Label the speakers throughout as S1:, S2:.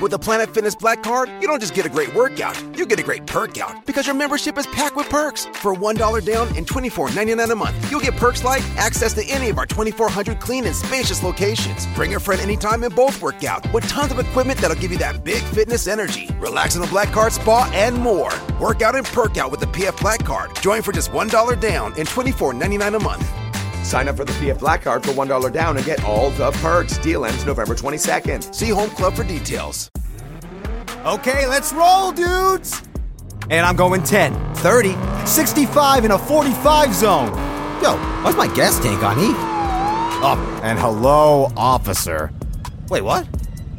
S1: With a Planet Fitness Black Card, you don't just get a great workout, you get a great perk out because your membership is packed with perks. For $1 down and $24.99 a month, you'll get perks like access to any of our 2,400 clean and spacious locations. Bring a friend anytime and both work out with tons of equipment that'll give you that big fitness energy. Relax in a Black Card spa and more. Work out and perk out with the PF Black Card. Join for just $1 down and $24.99 a month.
S2: Sign up for the PF Black Card for $1 down and get all the perks. Deal ends November 22nd.
S1: See Home Club for details.
S3: Okay, let's roll, dudes! And I'm going 10, 30, 65 in a 45 zone. Yo, what's my gas tank on E? Up Oh, and hello, officer. Wait, what?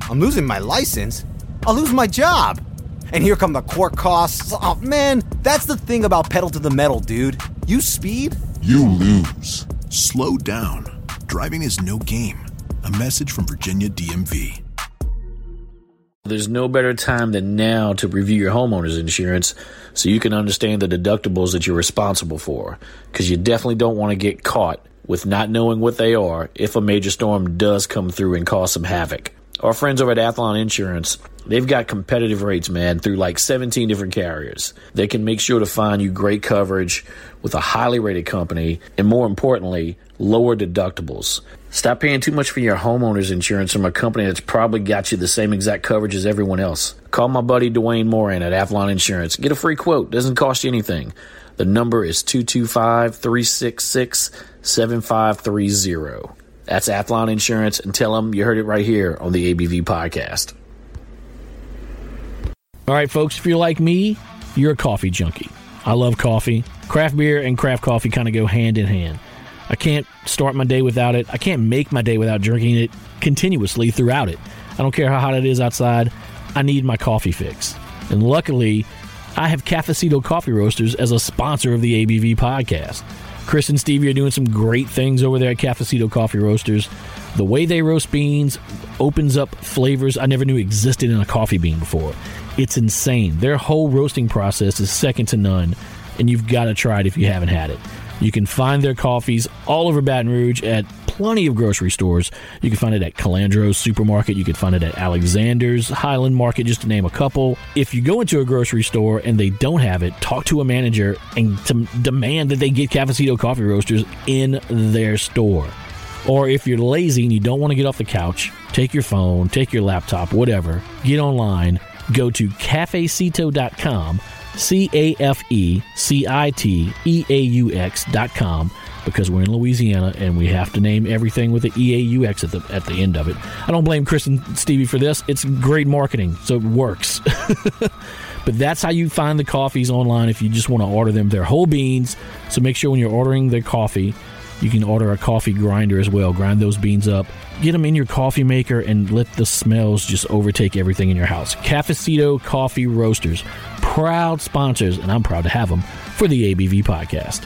S3: I'm losing my license. I'll lose my job. And here come the court costs. Oh man, that's the thing about pedal to the metal, dude. You speed,
S4: You lose. Slow down. Driving is no game. A message from Virginia DMV.
S5: There's no better time than now to review your homeowner's insurance so you can understand the deductibles that you're responsible for. Because you definitely don't want to get caught with not knowing what they are if a major storm does come through and cause some havoc. Our friends over at Athlon Insurance, they've got competitive rates, man, through like 17 different carriers. They can make sure to find you great coverage with a highly rated company and, more importantly, lower deductibles. Stop paying too much for your homeowner's insurance from a company that's probably got you the same exact coverage as everyone else. Call my buddy Dwayne Moran at Athlon Insurance. Get a free quote, doesn't cost you anything. The number is 225 366 7530. That's Athlon Insurance, and tell them you heard it right here on the ABV podcast.
S6: All right, folks, if you're like me, you're a coffee junkie. I love coffee. Craft beer and craft coffee kind of go hand in hand. I can't start my day without it. I can't make my day without drinking it continuously throughout it. I don't care how hot it is outside. I need my coffee fix. And luckily, I have Cafecito Coffee Roasters as a sponsor of the ABV podcast. Chris and Stevie are doing some great things over there at Cafecito Coffee Roasters. The way they roast beans opens up flavors I never knew existed in a coffee bean before. It's insane. Their whole roasting process is second to none, and you've got to try it if you haven't had it. You can find their coffees all over Baton Rouge at plenty of grocery stores. You can find it at Calandro's Supermarket. You can find it at Alexander's, Highland Market, just to name a couple. If you go into a grocery store and they don't have it, talk to a manager and to demand that they get Cafecito coffee roasters in their store. Or if you're lazy and you don't want to get off the couch, take your phone, take your laptop, whatever, get online, go to cafecito.com, C A F E C I T E A U X.com, because we're in Louisiana and we have to name everything with the E A U X at the, at the end of it. I don't blame Chris and Stevie for this. It's great marketing, so it works. But that's how you find the coffees online if you just want to order them. They're whole beans, so make sure when you're ordering their coffee, you can order a coffee grinder as well. Grind those beans up, get them in your coffee maker, and let the smells just overtake everything in your house. Cafecito Coffee Roasters, proud sponsors, and I'm proud to have them for the ABV podcast.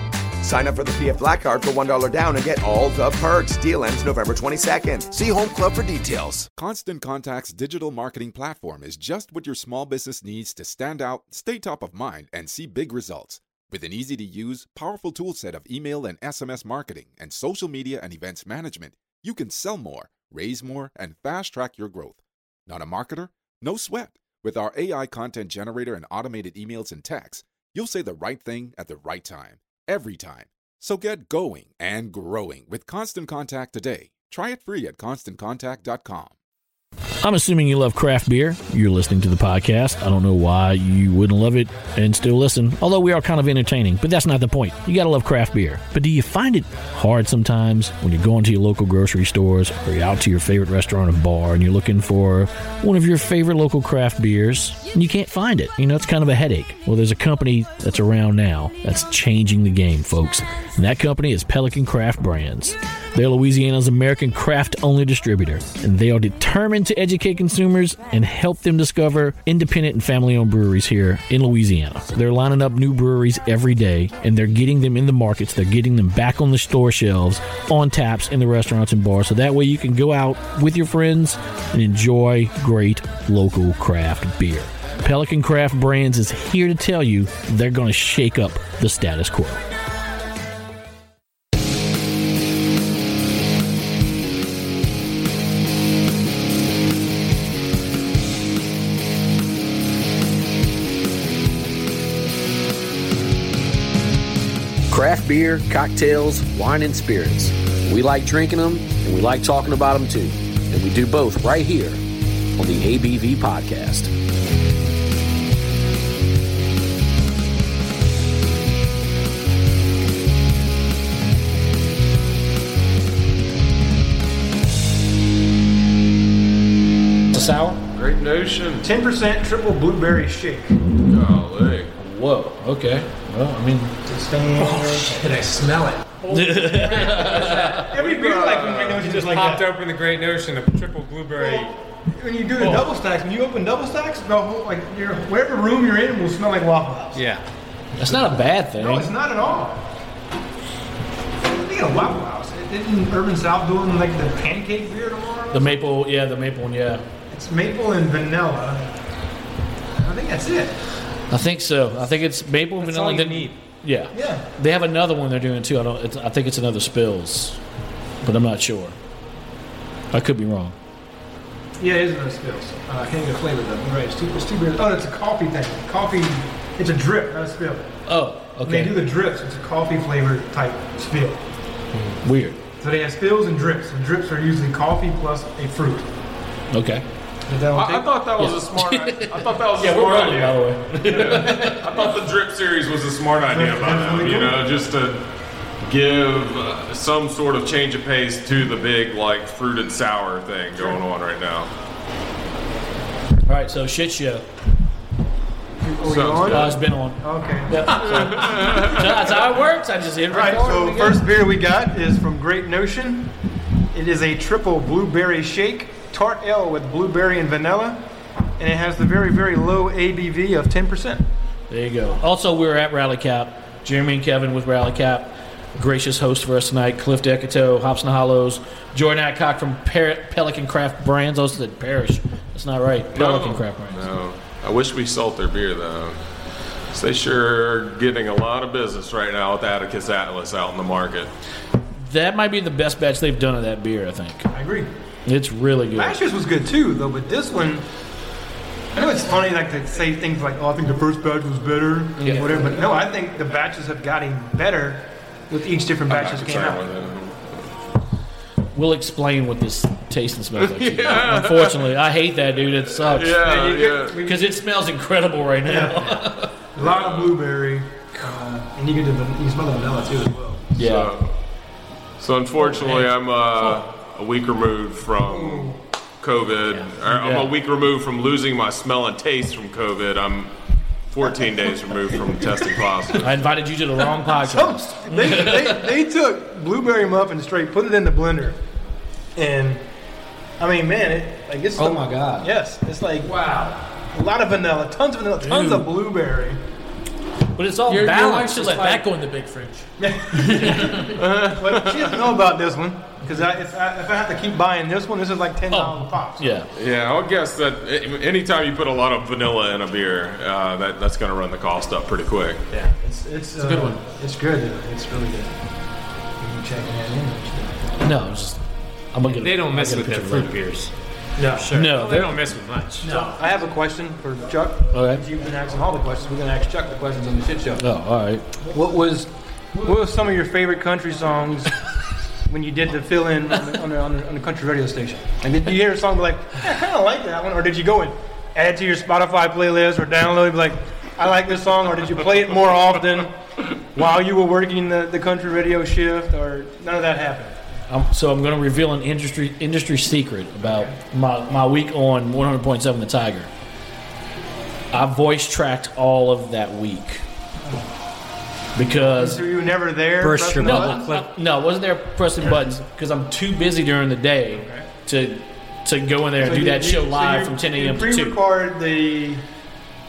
S2: Sign up for the PF Black Card for $1 down and get all the perks. Deal ends November 22nd.
S1: See Home Club for details.
S7: Constant Contact's digital marketing platform is just what your small business needs to stand out, stay top of mind, and see big results. With an easy to use, powerful toolset of email and SMS marketing and social media and events management, you can sell more, raise more, and fast track your growth. Not a marketer? No sweat. With our AI content generator and automated emails and texts, you'll say the right thing at the right time, every time. So get going and growing with Constant Contact today. Try it free at constantcontact.com.
S6: I'm assuming you love craft beer. You're listening to the podcast. I don't know why you wouldn't love it and still listen, although we are kind of entertaining, but that's not the point. You got to love craft beer. But do you find it hard sometimes when you're going to your local grocery stores or you're out to your favorite restaurant or bar and you're looking for one of your favorite local craft beers and you can't find it? You know, it's kind of a headache. Well, there's a company that's around now that's changing the game, folks. And that company is Pelican Craft Brands. They're Louisiana's American craft only distributor, and they are determined to educate educate consumers and help them discover independent and family owned breweries here in Louisiana. They're lining up new breweries every day and they're getting them in the markets. They're getting them back on the store shelves, on taps, in the restaurants and bars. So that way you can go out with your friends and enjoy great local craft beer. Pelican Craft Brands is here to tell you they're going to shake up the status quo.
S8: Craft beer, cocktails, wine, and spirits. We like drinking them and we like talking about them too. And we do both right here on the ABV Podcast. It's a sour?
S9: Great notion.
S10: 10% triple blueberry shake.
S9: Golly.
S8: Whoa, okay. Well, I mean,
S10: Oh, Did I smell it? It'd be weird, like when you know, just like
S9: Popped
S10: that.
S9: open the great notion of triple blueberry.
S10: Oh When you do the double stacks, when you open double stacks, the whole like your whatever room you're in will smell like Waffle House.
S9: Yeah.
S8: that's not a bad thing.
S10: No, it's not at all. Speaking of Waffle House, isn't Urban South doing like the pancake beer tomorrow?
S6: The maple, yeah, the maple one, yeah.
S10: It's maple and vanilla. I think that's it.
S6: I think so. I think it's maple and
S9: That's
S6: vanilla.
S9: all you
S6: then-
S9: need.
S6: Yeah.
S10: Yeah.
S6: They have another one they're doing too. I don't. It's, I think it's another spills, but I'm not sure. I could be wrong.
S10: Yeah, it is no spills. Uh, I can't get a flavor though. You're Right, it's two, it's two beers. Oh, it's a coffee thing. Coffee. It's a drip, not a spill.
S6: Oh,
S10: They do
S6: okay.
S10: the drips. It's a coffee flavored type spill.
S6: Weird.
S10: So they have spills and drips, and drips are usually coffee plus a fruit.
S6: Okay.
S9: I, I thought that was a smart idea. I thought that was a smart
S6: rolling,
S9: idea.
S6: the way.
S9: I thought the drip series was a smart idea by them, uh, you know, just to give uh, some sort of change of pace to the big, like, fruited sour thing going on right now.
S6: All right. So shit show.
S10: Are we
S9: Sounds
S10: on?
S9: good.
S6: Uh, it's been on.
S10: Okay.
S6: Yeah. so- No, that's how it works. I just hit
S10: All right.
S6: record.
S10: So
S6: and we go.
S10: first beer we got is from Great Notion. It is a triple blueberry shake, tart ale with blueberry and vanilla, and it has the very very low ABV of 10%.
S6: There you go. Also, we were at Rally Cap. Jeremy and Kevin with Rally Cap. Gracious host for us tonight. Cliff Decato, Hops and Hollows. Jordan Adcock from Par- Pelican Craft Brands. I said Parish. That's not right. Pelican
S9: No.
S6: Craft Brands.
S9: Oh, No. I wish we sold their beer, though. 'Cause They sure are getting a lot of business right now with Atticus Atlas out in the market.
S6: That might be the best batch they've done of that beer, I think.
S10: I agree.
S6: It's really good.
S10: Last year's was good too, though, but this one. I know it's funny like to say things like, "Oh, I think the first batch was better,"
S6: Yeah.
S10: whatever. But no, I think the batches have gotten better with each different
S9: Not
S10: batches came
S9: concerned
S10: out.
S9: with it.
S6: We'll explain what this tastes and smells like. to you. Unfortunately, I hate that, dude. It sucks.
S9: Yeah,
S10: you
S9: yeah.
S10: get-
S6: Because it smells incredible right now.
S10: A lot of blueberry, uh, and you get the van- you smell the vanilla too as well.
S9: So, so unfortunately, I'm uh, a week removed from COVID. or I'm
S6: Yeah.
S9: a week removed from losing my smell and taste from COVID. I'm 14 days removed from testing positive.
S6: I invited you to the wrong podcast.
S10: they, they, they took blueberry muffin straight, put it in the blender, and I mean, man, it, like it's
S6: Oh my God.
S10: yes, it's like wow, a lot of vanilla, tons of vanilla, tons of blueberry.
S6: But it's all
S11: Your, your wife
S6: balanced.
S11: should
S6: It's
S11: let
S6: like-
S11: that go in the big fridge.
S10: But she doesn't know about this one because I, if, I, if I have to keep buying this one, this is like ten dollars a pop.
S6: Yeah.
S9: Yeah, I would guess that a- anytime you put a lot of vanilla in a beer, uh, that, that's going to run the cost up pretty quick.
S10: yeah, it's it's, uh,
S11: a good one.
S10: It's good. It's really good. You checking that in? actually.
S6: No, it's just I'm gonna. Get,
S11: They don't mess
S6: I'll
S11: with
S6: get a
S11: their
S6: picture
S11: fruit
S6: later.
S11: beers.
S10: No,
S6: No,
S11: They
S6: they're-
S11: don't mess with much.
S10: uh, I have a question for Chuck.
S6: Okay.
S10: You've been asking all the questions. We're gonna ask Chuck the questions on the shit show.
S6: Oh, all right.
S10: What was what was some of your favorite country songs when you did the fill in on the, on the, on the, on the country radio station? And did you hear a song be like, "Yeah, I kind of like that one, or did you go and add it to your Spotify playlist or download it, be like, I like this song, or did you play it more often while you were working the, the country radio shift, or none of that happened?
S6: I'm, so I'm gonna reveal an industry industry secret about my, my week on 100.7 The Tiger. I voice tracked all of that week because
S10: So you were never there.
S11: Burst
S10: pressing
S11: your
S10: the
S11: bubble.
S10: button?
S11: Cliff.
S6: No, I wasn't there pressing buttons because I'm too busy during the day to to go in there and do that show live from 10 a.m. to 2.
S10: Pre-record the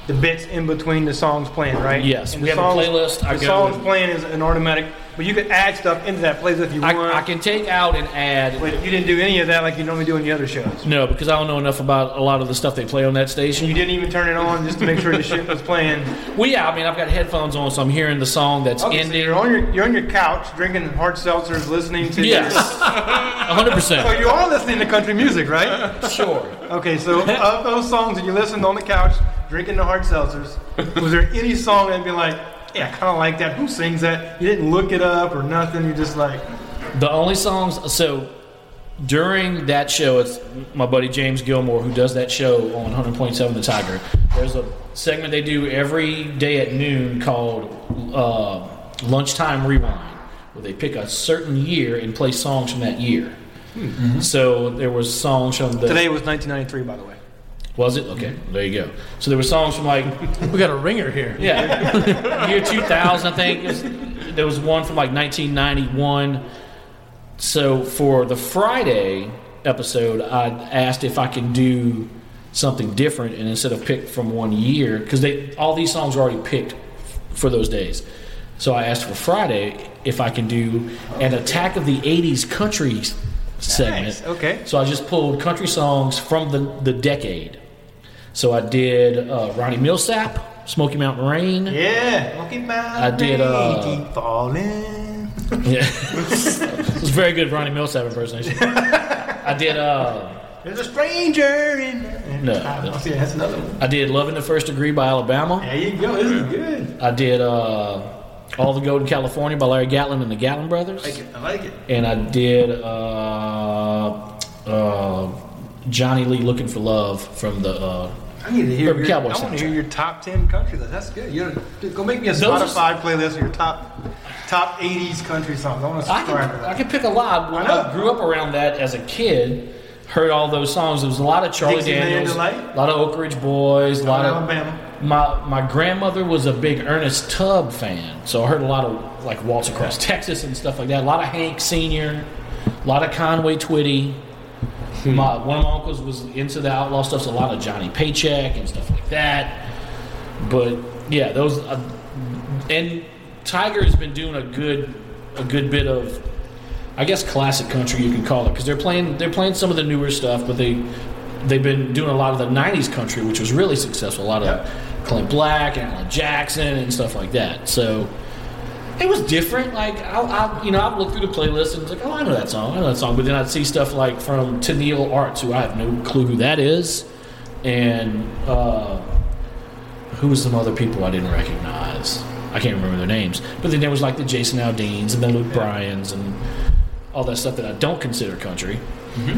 S10: the bits in between the songs playing, right?
S6: Yes, we
S10: the
S6: have a playlist. I
S10: the
S6: go
S10: songs
S6: and-
S10: playing is an automatic, but you can add stuff into that playlist if you
S6: I,
S10: want.
S6: I can take out and add.
S10: but you didn't do any of that like you normally do in the other shows.
S6: No, because I don't know enough about a lot of the stuff they play on that station.
S10: You didn't even turn it on just to make sure the shit was playing.
S6: Well, yeah, I mean, I've got headphones on, so I'm hearing the song that's
S10: Okay, so
S6: ending.
S10: you're on your you're on your couch drinking hard seltzers, listening to
S6: Yes,
S10: your-
S6: hundred
S10: So
S6: percent.
S10: you are listening to country music, right?
S6: Sure.
S10: Okay, so of those songs that you listened on the couch, drinking the hard seltzers, was there any song that'd be like, yeah, I kind of like that. Who sings that? You didn't look it up or nothing. You're just like,
S6: The only songs so during that show, it's my buddy James Gilmore who does that show on 100.7 The Tiger. There's a segment they do every day at noon called uh, Lunchtime Rewind, where they pick a certain year and play songs from that year. So there was songs from the
S10: today was 1993, by the way.
S6: Was it? Okay, there you go. So there were songs from like we got a ringer here. Yeah, year two thousand, I think. It was- there was one from like nineteen ninety one. So for the Friday episode, I asked if I could do something different and instead of pick from one year because they all these songs were already picked for those days. So I asked for Friday if I can do an Attack of the '80s country s- segment.
S10: Nice, okay.
S6: So I just pulled country songs from the, the decade. So I did uh, Ronnie Millsap, Smoky Mountain Rain.
S10: Yeah, Monkey Mountain.
S6: I did, uh,
S10: keep falling.
S6: Yeah. it was a very good Ronnie Millsap impersonation. I did uh,
S10: There's a stranger in.
S6: No.
S10: I see, that's another one.
S6: I did Love in the First Degree by Alabama.
S10: There you go. This is good.
S6: I did uh, All the Gold in California by Larry Gatlin and the Gatlin Brothers.
S10: I like it. I like it.
S6: and I did uh, uh, Johnny Lee Looking for Love from the. Uh,
S10: I need to hear
S6: Urban
S10: your,
S6: Cowboy
S10: I want to
S6: soundtrack.
S10: hear your top ten country list. That's good. You go make me a
S6: Those are s-
S10: Spotify playlist of your top top '80s country songs. I want to
S6: I
S10: subscribe to
S6: can, I
S10: that.
S6: can pick a lot. When
S10: I know.
S6: I, grew up around that as a kid. Heard all those songs. There was a lot of Charlie
S10: Dixieland
S6: Daniels,
S10: Delight.
S6: a lot of Oak Ridge Boys, a lot of
S10: Alabama.
S6: My my grandmother was a big Ernest Tubb fan, so I heard a lot of like Waltz Across Texas and stuff like that. A lot of Hank Senior, a lot of Conway Twitty. My, one of my uncles was into the outlaw stuff, so a lot of Johnny Paycheck and stuff like that. But yeah, those uh, and Tiger has been doing a good a good bit of I guess classic country you can call it because they're playing they're playing some of the newer stuff, but they they've been doing a lot of the '90s country, which was really successful. A lot of Clint Black and Alan Jackson and stuff like that. So it was different. Like I, I you know, I looked through the playlist and was like, oh, I know that song, I know that song. But then I'd see stuff like from Tennille Arts, who I have no clue who that is, and uh, who was some other people I didn't recognize. I can't remember their names. But then there was like the Jason Aldeans and the Luke Bryans and all that stuff that I don't consider country.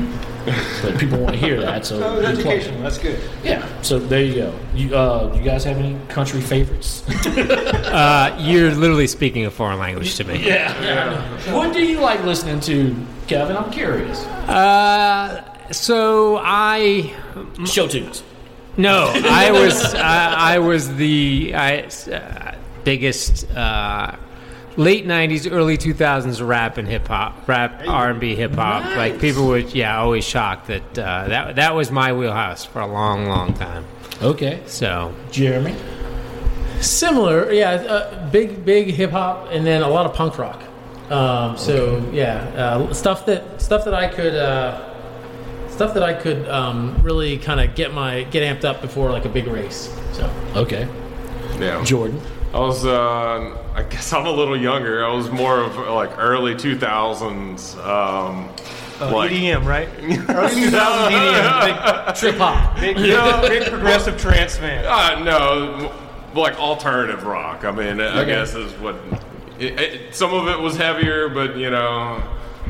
S6: but people want to hear that, so
S10: Mm-hmm. Oh,
S6: we play it.
S10: educational. That's good.
S6: Yeah, so there you go. You, uh, you guys have any country favorites?
S11: Uh, you're literally speaking a foreign language to me.
S6: Yeah. What do you like listening to, Kevin? I'm curious.
S11: Uh, so I
S6: Show tunes.
S11: no, I was I, I was the I, uh, biggest uh, late '90s, early 2000s rap and hip hop, rap R&B, hip hop. Like people were yeah always shocked that uh, that that was my wheelhouse for a long, long time.
S6: Okay.
S11: So
S6: Jeremy.
S12: Similar, yeah. Uh, big, big hip hop, and then a lot of punk rock. Um, so yeah, uh, stuff that stuff that I could uh, stuff that I could um, really kind of get my get amped up before like a big race. So
S6: Okay.
S9: Yeah.
S6: Jordan.
S9: I was, uh, I guess I'm a little younger. I was more of like early 2000s. Um,
S10: Uh,
S9: like,
S10: EDM, E right? Early 2000s EDM.
S6: Trip hop.
S10: Big, big, big progressive trance man.
S6: Oh,
S9: Uh, no, m- like alternative rock. I mean, I guess is what. It, it, some of it was heavier, but you know,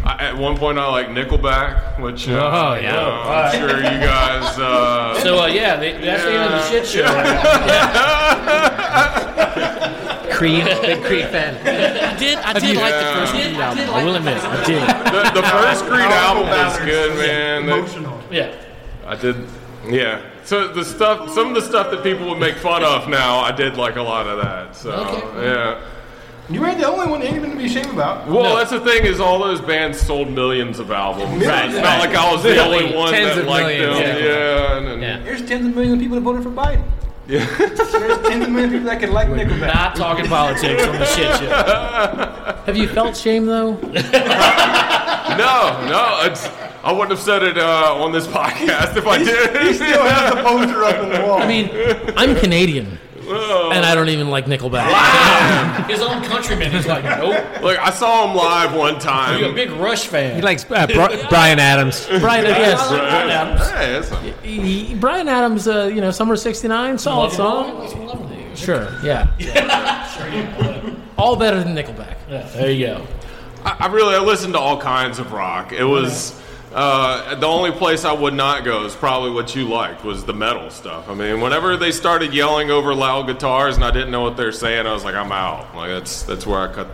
S9: I, at one point I like Nickelback, which uh,
S11: Oh,
S9: you
S11: yeah.
S9: know, I'm sure you guys. Uh,
S6: So uh, yeah, they, that's the end of the shit show.
S11: Cream, big Cream fan.
S6: I did. I did like the first Creed album. I, will admit, I did.
S9: the, the first Creed album was
S10: balance.
S9: good, man. That-
S10: Emotional.
S6: Yeah.
S9: I did, yeah. So the stuff, some of the stuff that people would make fun of now, I did like a lot of that. So
S6: Okay.
S9: yeah.
S10: You ain't the only one anything to be ashamed about.
S9: Well, that's the thing is all those bands sold millions of albums.
S10: Right,
S9: It's not
S10: right.
S9: like I was the
S10: Millions,
S9: only one
S10: tens
S9: that
S10: of
S9: liked
S10: millions,
S9: them.
S10: yeah.
S9: Yeah. and- and-
S10: There's tens of millions of people that voted for Biden. There's tens of millions of people that could like Nickelback.
S6: Not talking politics on the shit
S12: Have you felt shame though?
S9: No, no, it's, I wouldn't have said it uh, on this podcast if I did.
S12: he still has
S10: the poster up on the wall.
S12: I mean, I'm Canadian, and I don't even like Nickelback.
S6: His own countrymen. He's like, nope.
S9: Look, I saw him live one time.
S6: You're a big Rush fan.
S11: He likes uh, Bri- Brian Adams.
S12: Brian, yes.
S9: Right.
S12: Brian Adams.
S9: Hey, that's not-
S12: He- Brian Adams, uh, you know, Summer of '69, solid
S6: Love
S12: song. Sure, yeah. All better than Nickelback.
S6: There you go.
S9: I, I really I listened to all kinds of rock. It was uh, the only place I would not go is probably what you liked was the metal stuff. I mean, whenever they started yelling over loud guitars and I didn't know what they were saying, I was like, I'm out. Like that's that's where I cut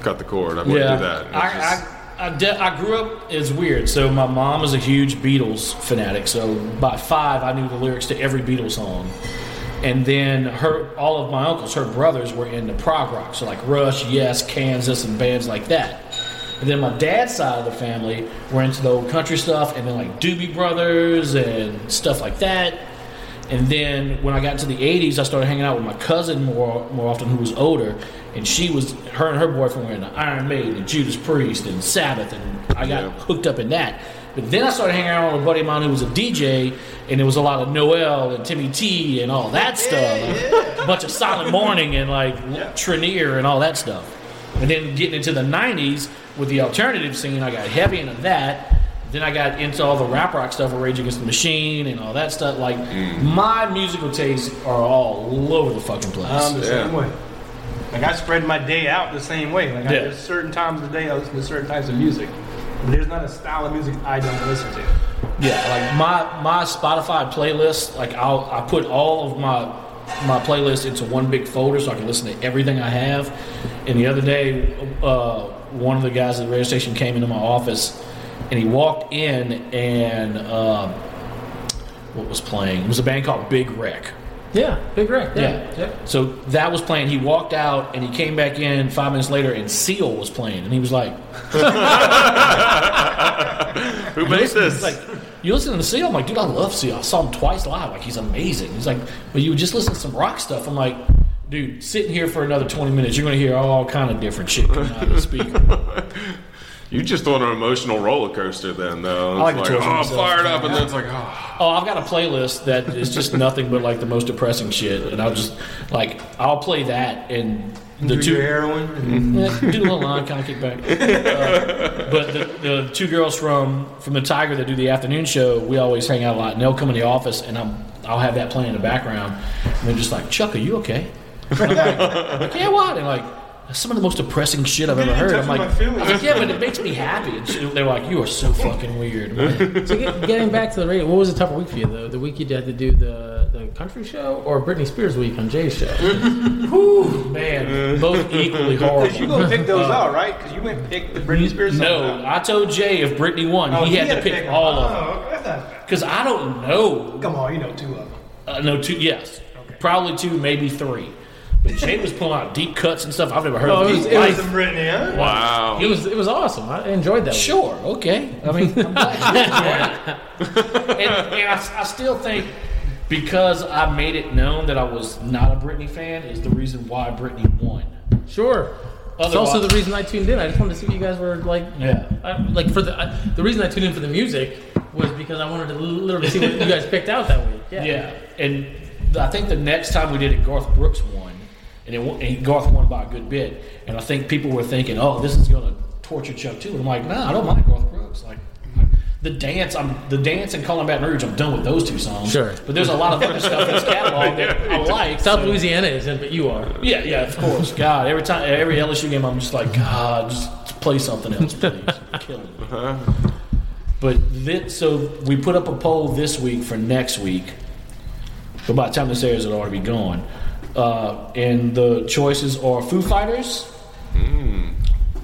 S9: cut the cord. I wouldn't do that. It's just-
S6: I, I, I, de- I grew up, it's weird. So, my mom is a huge Beatles fanatic. So, by five, I knew the lyrics to every Beatles song. And then her, all of my uncles, her brothers, were into prog rock. So, like Rush, Yes, Kansas, and bands like that. And then my dad's side of the family were into the old country stuff and then like Doobie Brothers and stuff like that. And then when I got into the 80s, I started hanging out with my cousin more more often, who was older. And she was, her and her boyfriend were into Iron Maiden and Judas Priest and Sabbath. And I got hooked up in that. But then I started hanging out with a buddy of mine who was a DJ. And there was a lot of Noel and Timmy T and all that stuff. A bunch of Silent Morning and like Trinier and all that stuff. And then getting into the 90s with the alternative scene, I got heavy into that. Then I got into all the rap rock stuff with Rage Against the Machine and all that stuff. Like, my musical tastes are all over the fucking place.
S10: I'm the same way. Like I spread my day out the same way. Like I,
S6: Yeah.
S10: there's certain times of the day I listen to certain types of music. But there's not a style of music I don't listen to.
S6: Yeah, like my my Spotify playlist, like I'll I put all of my my playlist into one big folder so I can listen to everything I have. And the other day, uh, one of the guys at the radio station came into my office, and he walked in and um, what was playing? It was a band called Big Wreck.
S12: Yeah, Big Rick.
S6: Yeah.
S12: yeah.
S6: So that was playing. He walked out and he came back in five minutes later, and Seal was playing, and he was like,
S9: Who made this?
S6: Like, you listen to Seal? I'm like, dude, I love Seal. I saw him twice live. Like, he's amazing. He's like, but you just listen to some rock stuff. I'm like, dude, sitting here for another 20 minutes, you're going to hear all kind of different shit coming out of the speaker.
S9: you just on an emotional roller coaster then though.
S6: I like
S9: It's
S6: to
S9: like,
S6: torture
S9: oh,
S6: myself.
S9: fired up, and then it's like, oh.
S6: oh, I've got a playlist that is just nothing but like the most depressing shit. And I'll just, like, I'll play that and the
S10: Do your
S6: two. Mm-hmm.
S10: heroin. And
S6: Yeah, do a little line kind of kickback. Uh, but the, the two girls from from the Tiger that do the afternoon show, we always hang out a lot, and they'll come in the office, and I'm I'll have that playing in the background, and they're just like, Chuck, are you okay? And I'm like, yeah, what? And like. That's some of the most depressing shit I've ever
S10: You're
S6: heard.
S10: getting
S6: I'm
S10: in
S6: like,
S10: touch with my
S6: I'm like,
S10: feelings.
S6: yeah, but it makes me happy. And she- they're like, you are so fucking weird. I'm like,
S12: So get, getting back to the radio, what was the tougher week for you though? The week you had to do the, the country show or Britney Spears week on Jay's show?
S6: Whew, man, both equally
S10: Because
S6: horrible.
S10: you gonna pick those out, right? Because you went pick the Britney Spears.
S6: Uh,
S10: Oh,
S6: No, I told Jay if Brittany won,
S12: Oh,
S6: he, had to pick all of them because I don't know
S10: Come on, you know two of them.
S6: Uh, no, two. Yes, probably two, maybe three. But Jay was pulling out deep cuts and stuff I've never heard
S12: Oh,
S6: of.
S12: it
S6: in
S12: was-
S6: my
S12: it
S6: life.
S12: was
S10: Some Britney, huh?
S9: Wow.
S12: It was it was awesome. I enjoyed that. Week.
S6: sure, okay. I mean, I'm glad you enjoyed it. and, and I, I still think because I made it known that I was not a Britney fan is the reason why Britney won.
S12: Sure. It's
S6: Otherwise-
S12: also the reason I tuned in. I just wanted to see what you guys were like.
S6: Yeah.
S12: I, like for the I, the reason I tuned in for the music was because I wanted to literally see what you guys picked out that week. Yeah.
S6: Yeah, and th- I think the next time we did it, Garth Brooks won, and, it, wa- and Garth won by a good bit. And I think people were thinking, "Oh, this is going to torture Chuck too." And I'm like, "No, I don't mind Garth Brooks. Like the dance, I'm the dance and Calling Baton Rouge. I'm done with those two songs.
S12: Sure.
S6: but there's a lot of other stuff that's catalog that I like.
S12: South
S6: so-
S12: Louisiana isn't, but you are.
S6: Yeah, yeah, of course. God, every time, every LSU game, I'm just like, God, just play something else, please. You're killing me. But this, so we put up a poll this week for next week. But by the time this airs, it'll already be gone. Uh, and the Hmm. choices are Foo Fighters,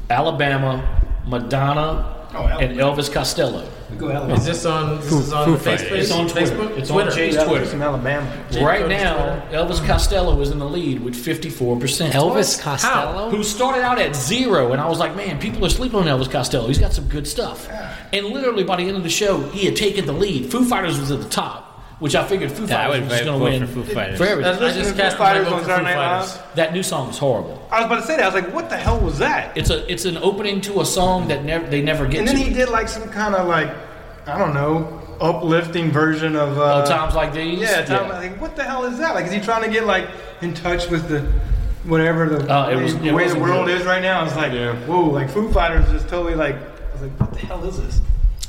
S6: Alabama, Madonna,
S12: Oh,
S6: and Elvis Costello.
S12: Go Elvis. Is this on- this Foo- is on Foo Facebook? Fighters.
S6: It's on Twitter.
S12: Facebook?
S6: It's
S12: Twitter.
S6: on Jay's
S12: Yeah,
S6: Twitter.
S12: it's in Alabama. Jay
S6: right
S12: Cutler's
S6: now, Elvis Costello is in the lead with 54%.
S11: Elvis
S6: How?
S11: Costello?
S6: Who started out at zero, and I was like, man, people are sleeping on Elvis Costello. He's got some good stuff. And literally by the end of the show, he had taken the lead. Foo Fighters was at the top. Which I figured Foo
S11: Yeah, I
S6: Fighters
S11: would
S6: was
S11: vote
S6: going to
S11: for
S6: win
S11: Foo Fighters.
S6: for everything.
S10: I was listening to Foo Fighters on Saturday Night Live.
S6: That new song was horrible.
S10: I was about to say that. I was like, what the hell was that?
S6: It's a it's an opening to a song that never they never get
S10: And then
S6: to.
S10: he did like some kind of like, I don't know, uplifting version of. Uh,
S6: Oh, times like these.
S10: Yeah, time,
S6: Yeah.
S10: like what the hell is that? Like, is he trying to get like in touch with the whatever the
S6: Uh, it was-
S10: the
S6: it
S10: way the
S6: wasn't
S10: world
S6: good.
S10: is right now? It's like, whoa, like Foo Fighters is totally like, I was like, what the hell is this?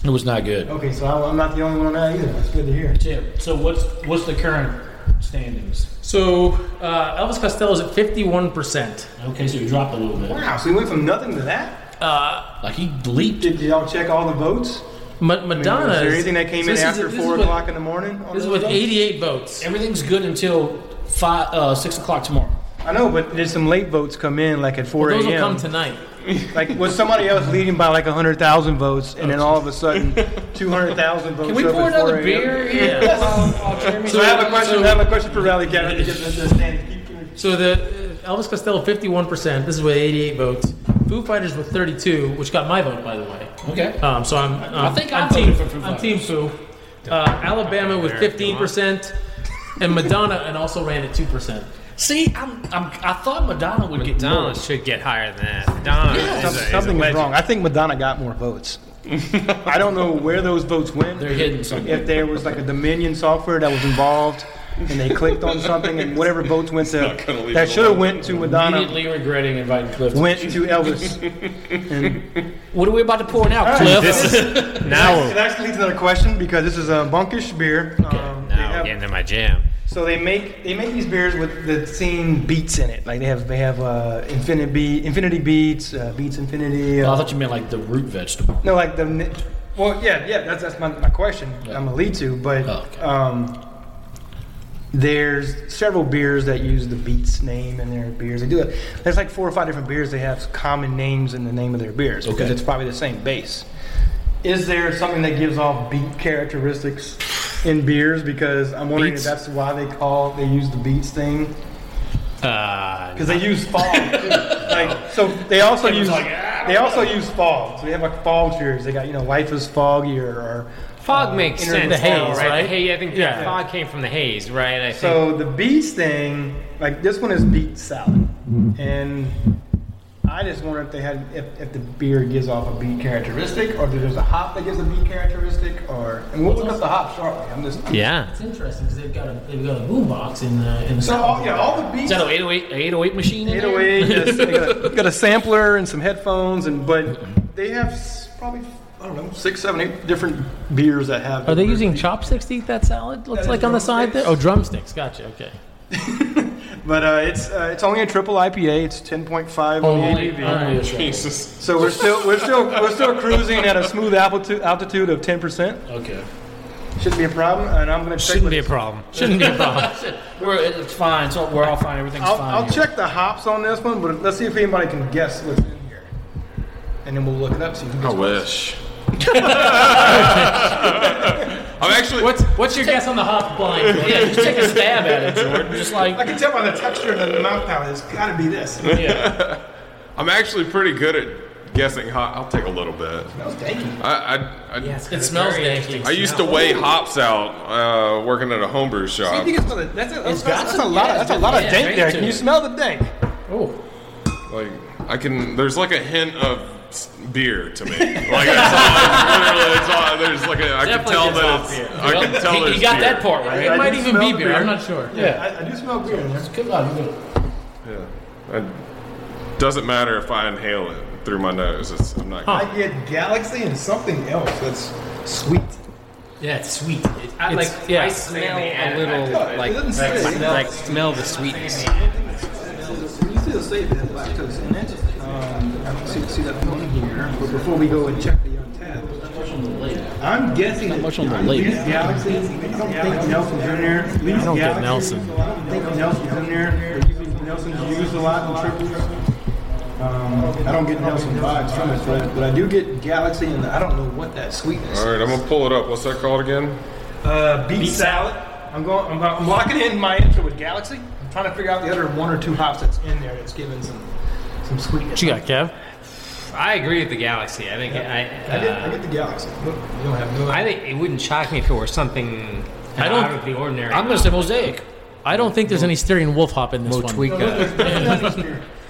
S6: It was not good.
S10: Okay, so I, I'm not the only one on that either. That's good to hear.
S6: Chip, so what's what's the current standings?
S12: So uh, Elvis Costello's at fifty-one percent.
S6: Okay, so you dropped a little bit.
S10: Wow, so he went from nothing to that.
S12: Uh,
S6: Like he leaped.
S10: Did y'all check all the votes?
S12: Ma-
S10: I mean,
S12: Madonna.
S10: Is there anything that came in after four o'clock in the morning? on
S12: This is
S10: those
S12: with
S10: votes?
S12: eighty-eight votes.
S6: Everything's good until five uh, six o'clock tomorrow.
S10: I know, but did some late votes come in like at four
S12: Those will
S10: a.m.?
S12: come tonight.
S10: Like was somebody else leading by like hundred thousand votes, and then all of a sudden, two hundred thousand votes.
S6: Oh, Can we
S10: up
S6: pour
S10: at 4
S6: another
S10: a.m.?
S6: beer?
S12: Yeah.
S10: So I have a question.
S12: So-
S10: I have a question for Rally Captain. to get this- this thing.
S12: So the uh, Elvis Costello fifty-one percent. This is with eighty-eight votes. Foo Fighters with thirty-two, which got my vote by the way.
S6: Okay.
S12: Um, so I'm.
S6: I
S12: um,
S6: think I
S12: I'm
S6: voted
S12: team.
S6: for Foo
S12: I'm
S6: Fighters.
S12: team Foo. Uh, Alabama with fifteen percent, and Madonna, and also ran at two percent.
S6: See, I'm, I'm I thought Madonna would get
S11: Madonna
S6: more.
S11: should get higher than that. Madonna
S6: Yeah,
S11: is, a, is a
S10: Something was
S11: legend.
S10: wrong. I think Madonna got more votes. I don't know where those votes went.
S6: They're hidden somewhere.
S10: If there was like a Dominion software that was involved, and they clicked on something, and whatever votes went to
S9: gonna leave
S10: that
S9: it
S10: should have
S9: alone.
S10: went to Madonna
S6: Immediately regretting inviting Cliff.
S10: went to Elvis.
S6: What are we about to pour now, Cliff?
S11: This is now
S10: It
S11: we're
S10: actually leads to another question because this is a bunkish beer. Um,
S11: now we're
S10: they have-
S11: getting to my jam.
S10: So they make they make these beers with the same beats in it. Like they have they have uh, infinity beat, infinity beats, uh, beats infinity.
S6: I
S10: Uh,
S6: thought you meant like the root vegetable.
S10: no, like the ni- well, yeah, yeah. That's that's my, my question. I'm gonna lead to, but
S6: Oh, okay.
S10: um, there's several beers that use the beats name in their beers. They do it. There's like four or five different beers. They have common names in the name of their beers because
S6: Okay.
S10: it's probably the same base. Is there something that gives off beat characteristics in beers? Because I'm wondering
S11: Beats?
S10: if that's why they call they use the beats thing.
S11: Uh,
S10: Because they use fog. too. like so, they also use they also use fog. So they have like fog beers. They got you know life is foggy or, or uh,
S11: fog makes sense.
S10: inter- the
S11: though,
S12: Uh, haze,
S11: right?
S12: right?
S11: The haze, I think
S12: Yeah.
S11: the fog came from the haze, right? I think.
S10: So the beets thing, like this one is beet salad, and I just wonder if they had if, if the beer gives off a beet characteristic, or if there's a hop that gives a beet characteristic, or and we'll look up the hop shortly. I'm just
S11: Yeah.
S12: It's interesting because they've got a they've got a boombox in the in the.
S10: so all, yeah, oh all the
S6: Is
S10: beets.
S6: that an 808, 808 machine? In there?
S10: 808. yes, they got, a, got a sampler and some headphones, and but they have s- probably I don't know six, seven, eight different beers that have.
S12: Are they using chopsticks to eat that salad? Looks
S10: Yeah,
S12: like on the side there. Oh,
S10: drumsticks.
S12: drumsticks. Gotcha. Okay.
S10: But uh, it's uh, it's only a triple IPA. It's 10.5 on the
S6: Only-
S10: ABV.
S6: only a shot.
S9: Jesus.
S10: So we're still we're still we're still cruising at a smooth altitude altitude of 10%.
S6: Okay.
S10: Shouldn't be a problem. And I'm gonna check.
S11: Shouldn't
S10: with-
S11: be a problem.
S6: Shouldn't be a problem. we're, it's fine. So we're all fine. Everything's
S10: I'll,
S6: fine.
S10: I'll
S6: here.
S10: check the hops on this one, but let's see if anybody can guess what's in here, and then we'll look it up. See who
S9: I
S10: gets
S9: wish. I'm actually.
S12: What's what's your guess on the hop blind?
S6: Yeah, just take a stab at it, Jordan. Just
S10: I
S6: like
S10: can tell by the texture and the mouth palate. It's got to be this. That
S6: yeah.
S9: I'm actually pretty good at guessing hop. I'll take a little bit.
S10: was danky.
S9: I I, I,
S12: It smells danky.
S9: I used to weigh hops out uh, working at a homebrew
S10: I
S9: shop.
S10: think it's gonna- That's a, that's,
S6: got
S10: that's a
S6: some-
S10: lot.
S6: yeah,
S10: Of, that's a
S6: it's
S10: lot
S6: got
S10: of dank
S6: dank
S10: there.
S6: to
S10: Can you
S6: it.
S10: smell the dank?
S6: Oh,
S9: Like I can. There's like a hint of s- beer to me. Like that's all. Literally, that's all. There's like a. I can
S11: Definitely
S9: tell
S11: gives
S9: that
S11: off
S9: it's.
S11: beer.
S9: I can
S6: Well,
S9: tell
S6: he-
S9: there's
S6: he got
S9: beer.
S6: that part right.
S12: It
S10: I
S12: might
S10: do
S12: even be
S10: smell
S12: beer.
S10: beer.
S12: I'm not sure.
S6: Yeah.
S10: I, I do smell beer in there.
S6: Good
S12: Oh,
S6: luck. Good luck.
S9: It doesn't matter if I inhale it through my nose. It's, I'm not.
S10: I get galaxy and something else that's sweet.
S12: Yeah, it's sweet. It,
S11: I
S12: it's-
S11: like.
S12: yeah.
S11: I smell a little like
S10: doesn't
S11: like,
S10: say.
S11: like smell the sweetness.
S10: You still say that lactose in it. Um, I don't see, see that one here. But before we go and check the tab, I'm guessing that
S6: much on the label.
S10: Lee's Galaxy. I don't think Nelson's in there. Lee's I
S11: don't get
S10: Galaxy.
S11: Nelson.
S10: I don't think Nelson's in there. They're using- Nelson's used a lot in triples. Um, I don't get Nelson vibes from it, but, but I do get Galaxy, and I don't know what that sweetness.
S9: All right, I'm gonna pull it up. What's that called again?
S10: Uh, beet, salad. I'm going. I'm, I'm locking in my intro with Galaxy. I'm trying to figure out the other one or two hops that's in there that's giving some some sweetness.
S12: What you got, Kev?
S11: I agree with the Galaxy. I think I.
S10: I get,
S11: uh,
S10: I get the Galaxy. Look, you don't have no.
S11: I think it wouldn't shock me if it were something
S12: I don't-
S11: out of the ordinary.
S6: I'm gonna say mosaic.
S12: I don't think there's any Styrian wolf hop in this
S11: Motuica.
S12: one.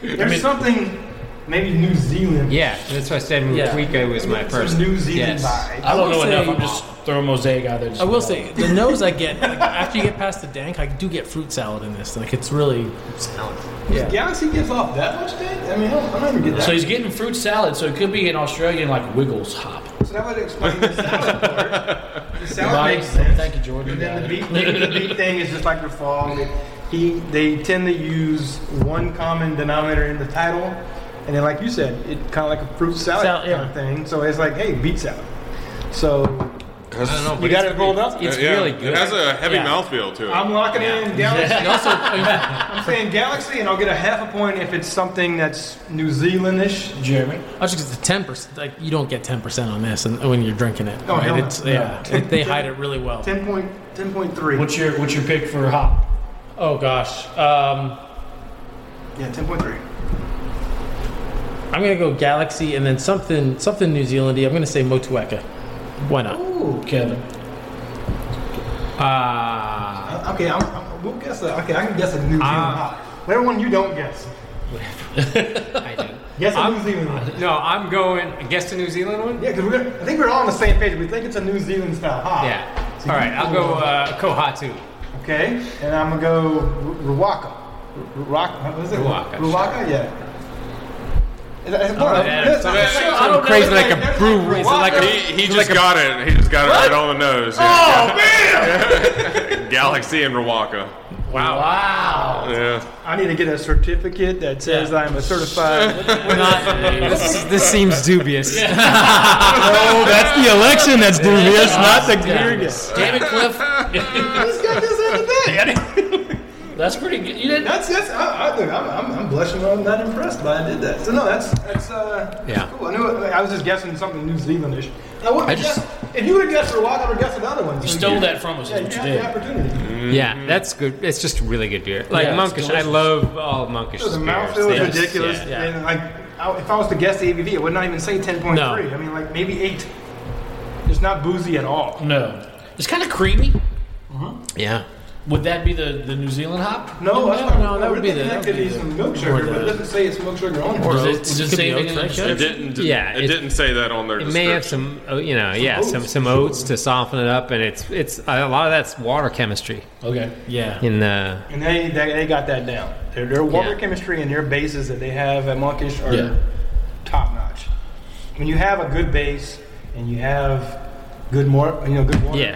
S10: There's something. Maybe New Zealand.
S11: Yeah, that's why I said Motuica was my
S10: Some
S11: first.
S10: New Zealand
S11: yes.
S10: vibe.
S6: I don't know
S12: will
S6: enough.
S12: say-
S6: I'm just throwing mosaic out there. just
S12: I will
S6: for
S12: say the nose I get like, after you get past the dank, I do get fruit salad in this. Like it's really salad.
S10: Does Galaxy gives off that much dank? I mean, I don't, I don't even get
S6: fun.
S10: that.
S6: So he's getting fruit salad, so it could be an Australian like Wiggles hop.
S10: So that would explain the salad part. The salad
S6: Right.
S10: makes sense.
S6: Thank you, Jordan.
S10: And then the beat, thing, the beat thing is just like the fall. They, he, they tend to use one common denominator in the title, and then like you said, it kind of like a fruit salad
S12: Sal-
S10: kind
S12: yeah.
S10: of thing. So it's like, hey, beat salad. So
S11: I don't know.
S10: you
S11: but
S10: got
S11: it's-
S10: it rolled up.
S11: It's
S9: yeah,
S11: really good.
S9: It has a heavy
S12: Yeah.
S9: mouthfeel to it.
S10: I'm locking in Galaxy.
S12: And also, I
S10: I'm saying Galaxy, and I'll get a half a point if it's something that's New Zealandish.
S6: Jeremy.
S12: was just the ten percent. Like you don't get ten percent on this, and when you're drinking it,
S10: Oh, hell no.
S12: It's, yeah,
S10: No.
S12: it- they hide it really well.
S10: 10 point, 10.3.
S6: What's your what's your pick for hop?
S12: Oh gosh, um,
S10: yeah, 10.3.
S12: I'm gonna go Galaxy, and then something something New Zealandy. I'm gonna say Motueka. Why not?
S6: Ooh, Kevin.
S11: Ah.
S10: Uh, Okay, I'm, I'm, we'll guess. A, okay, I can guess a New Zealand hop. Whatever one you don't guess.
S11: I do.
S10: Guess a
S11: I'm-
S10: New Zealand one.
S11: No, I'm going. I guess the New Zealand one.
S10: Yeah, because we're. I think we're all on the same page. We think it's a New Zealand style hop.
S11: Yeah.
S10: So
S11: All
S10: you-
S11: right, I'll go uh, Kohatu.
S10: Okay, and I'm gonna go Ru- Ruwaka. Ru- Ruwaka. What is it?
S11: Ruwaka,
S10: Ruwaka. Yeah. Is Oh, that- hold on,
S11: yeah,
S10: there's-
S11: some-
S10: there's-
S11: some
S10: I don't
S11: crazy
S10: know, there's
S11: like a
S10: there's
S11: brew-
S10: Ruwaka.
S11: is it like a-
S9: he he just got it. He just got it right on the nose. Oh man! Galaxy and Rawaka.
S11: Wow. Wow.
S9: Yeah.
S10: I need to get a certificate that says I'm a certified.
S11: This, this seems dubious.
S13: Oh, that's the election that's dubious, not the
S6: Damn it, Cliff.
S10: I just got this the other day. I didn't-
S6: That's pretty good. You didn't.
S10: That's that's I, I, look, I'm, I'm, I'm blushing. I'm not impressed by I did that. So no, that's that's uh,
S11: Yeah.
S10: Cool. I knew it, I was just guessing something New Zealandish. And I wouldn't
S11: I
S10: guess,
S11: just-
S10: if you would have guessed for a while, I would have guessed another one. You
S6: Stole that from us.
S10: Yeah,
S6: is
S10: you
S6: what you did.
S10: had the opportunity.
S11: Yeah, that's good. It's just really good beer. Like
S6: Mm-hmm. Yeah, it's
S11: Monkish, I
S6: delicious.
S11: love all Monkish
S10: The
S11: beers.
S10: mouthfeel
S11: They
S10: was
S11: just-
S10: ridiculous.
S11: yeah.
S10: And like, I, if I was to guess the ABV, it would not even say 10.3.
S12: No.
S10: I mean, like maybe eight. It's not boozy at all.
S6: No. It's kind of creamy.
S11: Yeah.
S6: Would that be the, the New Zealand hop?
S10: No, that's
S12: no,
S10: not,
S12: no, that would be
S10: That,
S12: the-
S10: that
S12: that
S10: could
S12: would
S10: be
S12: be the-
S10: some milk sugar,
S12: or
S10: but it
S12: the-
S10: doesn't say it's milk sugar on
S6: Or
S10: it.
S6: is it,
S12: oats.
S6: is it
S12: Could be
S6: saving
S12: oats,
S6: in the
S12: right, Kev?
S9: It
S6: description?
S9: didn't.
S11: Yeah,
S9: It,
S11: it-
S9: didn't say that on their
S11: It may
S9: description.
S11: have some, oh, you know, yeah,
S10: oats,
S11: some some
S10: sure.
S11: oats to soften it up, and it's it's a lot of that's water chemistry
S6: Okay.
S12: Yeah,
S11: in the
S10: And they, they, they got that down. Their, their water
S11: Yeah.
S10: chemistry and their bases that they have at Monkish are
S6: Yeah.
S10: top notch. When you have a good base and you have good more, you know, good water.
S11: yeah.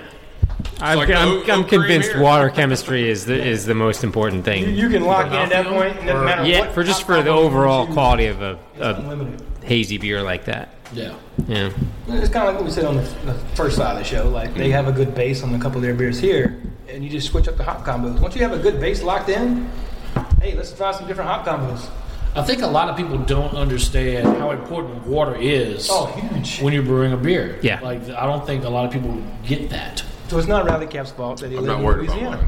S11: I'm,
S9: like
S11: I'm,
S9: oat-
S11: I'm
S9: oat cream
S11: convinced
S9: here.
S11: water chemistry is the is the most important
S10: You,
S11: thing.
S10: you can lock in at that point. It doesn't matter
S11: yeah,
S10: what
S11: for just for the
S10: alcohol you
S11: overall uh,
S10: choose,
S11: quality of a,
S10: It's
S11: a
S10: unlimited.
S11: hazy beer like that.
S6: Yeah.
S11: Yeah.
S10: It's kind of like what we said on the, the first side of the show. Like they have a good base on a couple of their beers here, and you just switch up the hop combos. Once you have a good base locked in, hey, let's try some different hop combos.
S6: I think a lot of people don't understand how important water is
S10: Oh, huge.
S6: when you're brewing a beer.
S11: Yeah.
S6: Like, I don't think a lot of people get that.
S10: So it's not Rally Cap's fault that he
S9: I'm
S10: lives
S9: not
S10: in
S9: worried about
S10: Louisiana.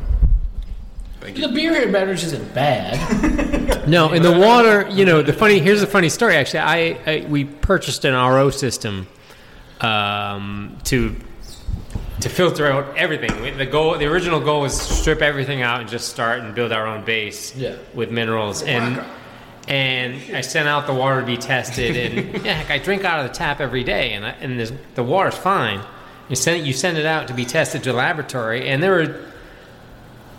S9: mine.
S6: The beer here beverage isn't bad.
S11: No, and the water, you know, the funny here's a funny story. Actually, I, I we purchased an RO system um, to to filter out everything. We- The goal, the original goal was strip everything out and just start and build our own base
S6: Yeah.
S11: with minerals and. And I sent out the water to be tested, and yeah, heck, I drink out of the tap every day, and I, and there's, the water's fine. You send it, you send it out to be tested to a laboratory, and there were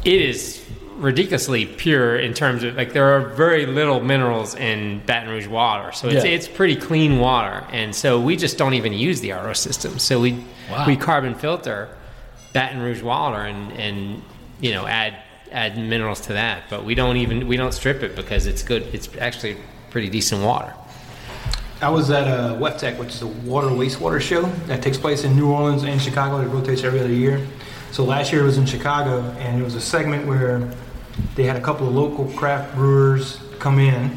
S11: it is ridiculously pure in terms of like there are very little minerals in Baton Rouge water, so it's
S6: Yeah.
S11: it's pretty clean water, and so we just don't even use the RO system. So we
S6: Wow.
S11: we carbon filter Baton Rouge water and and you know add add minerals to that, but we don't even we don't strip it because it's good. It's actually pretty decent water.
S10: I was at uh, WEFTEC, which is a water and wastewater show that takes place in New Orleans and Chicago. It rotates every other year. So last year it was in Chicago, and it was a segment where they had a couple of local craft brewers come in,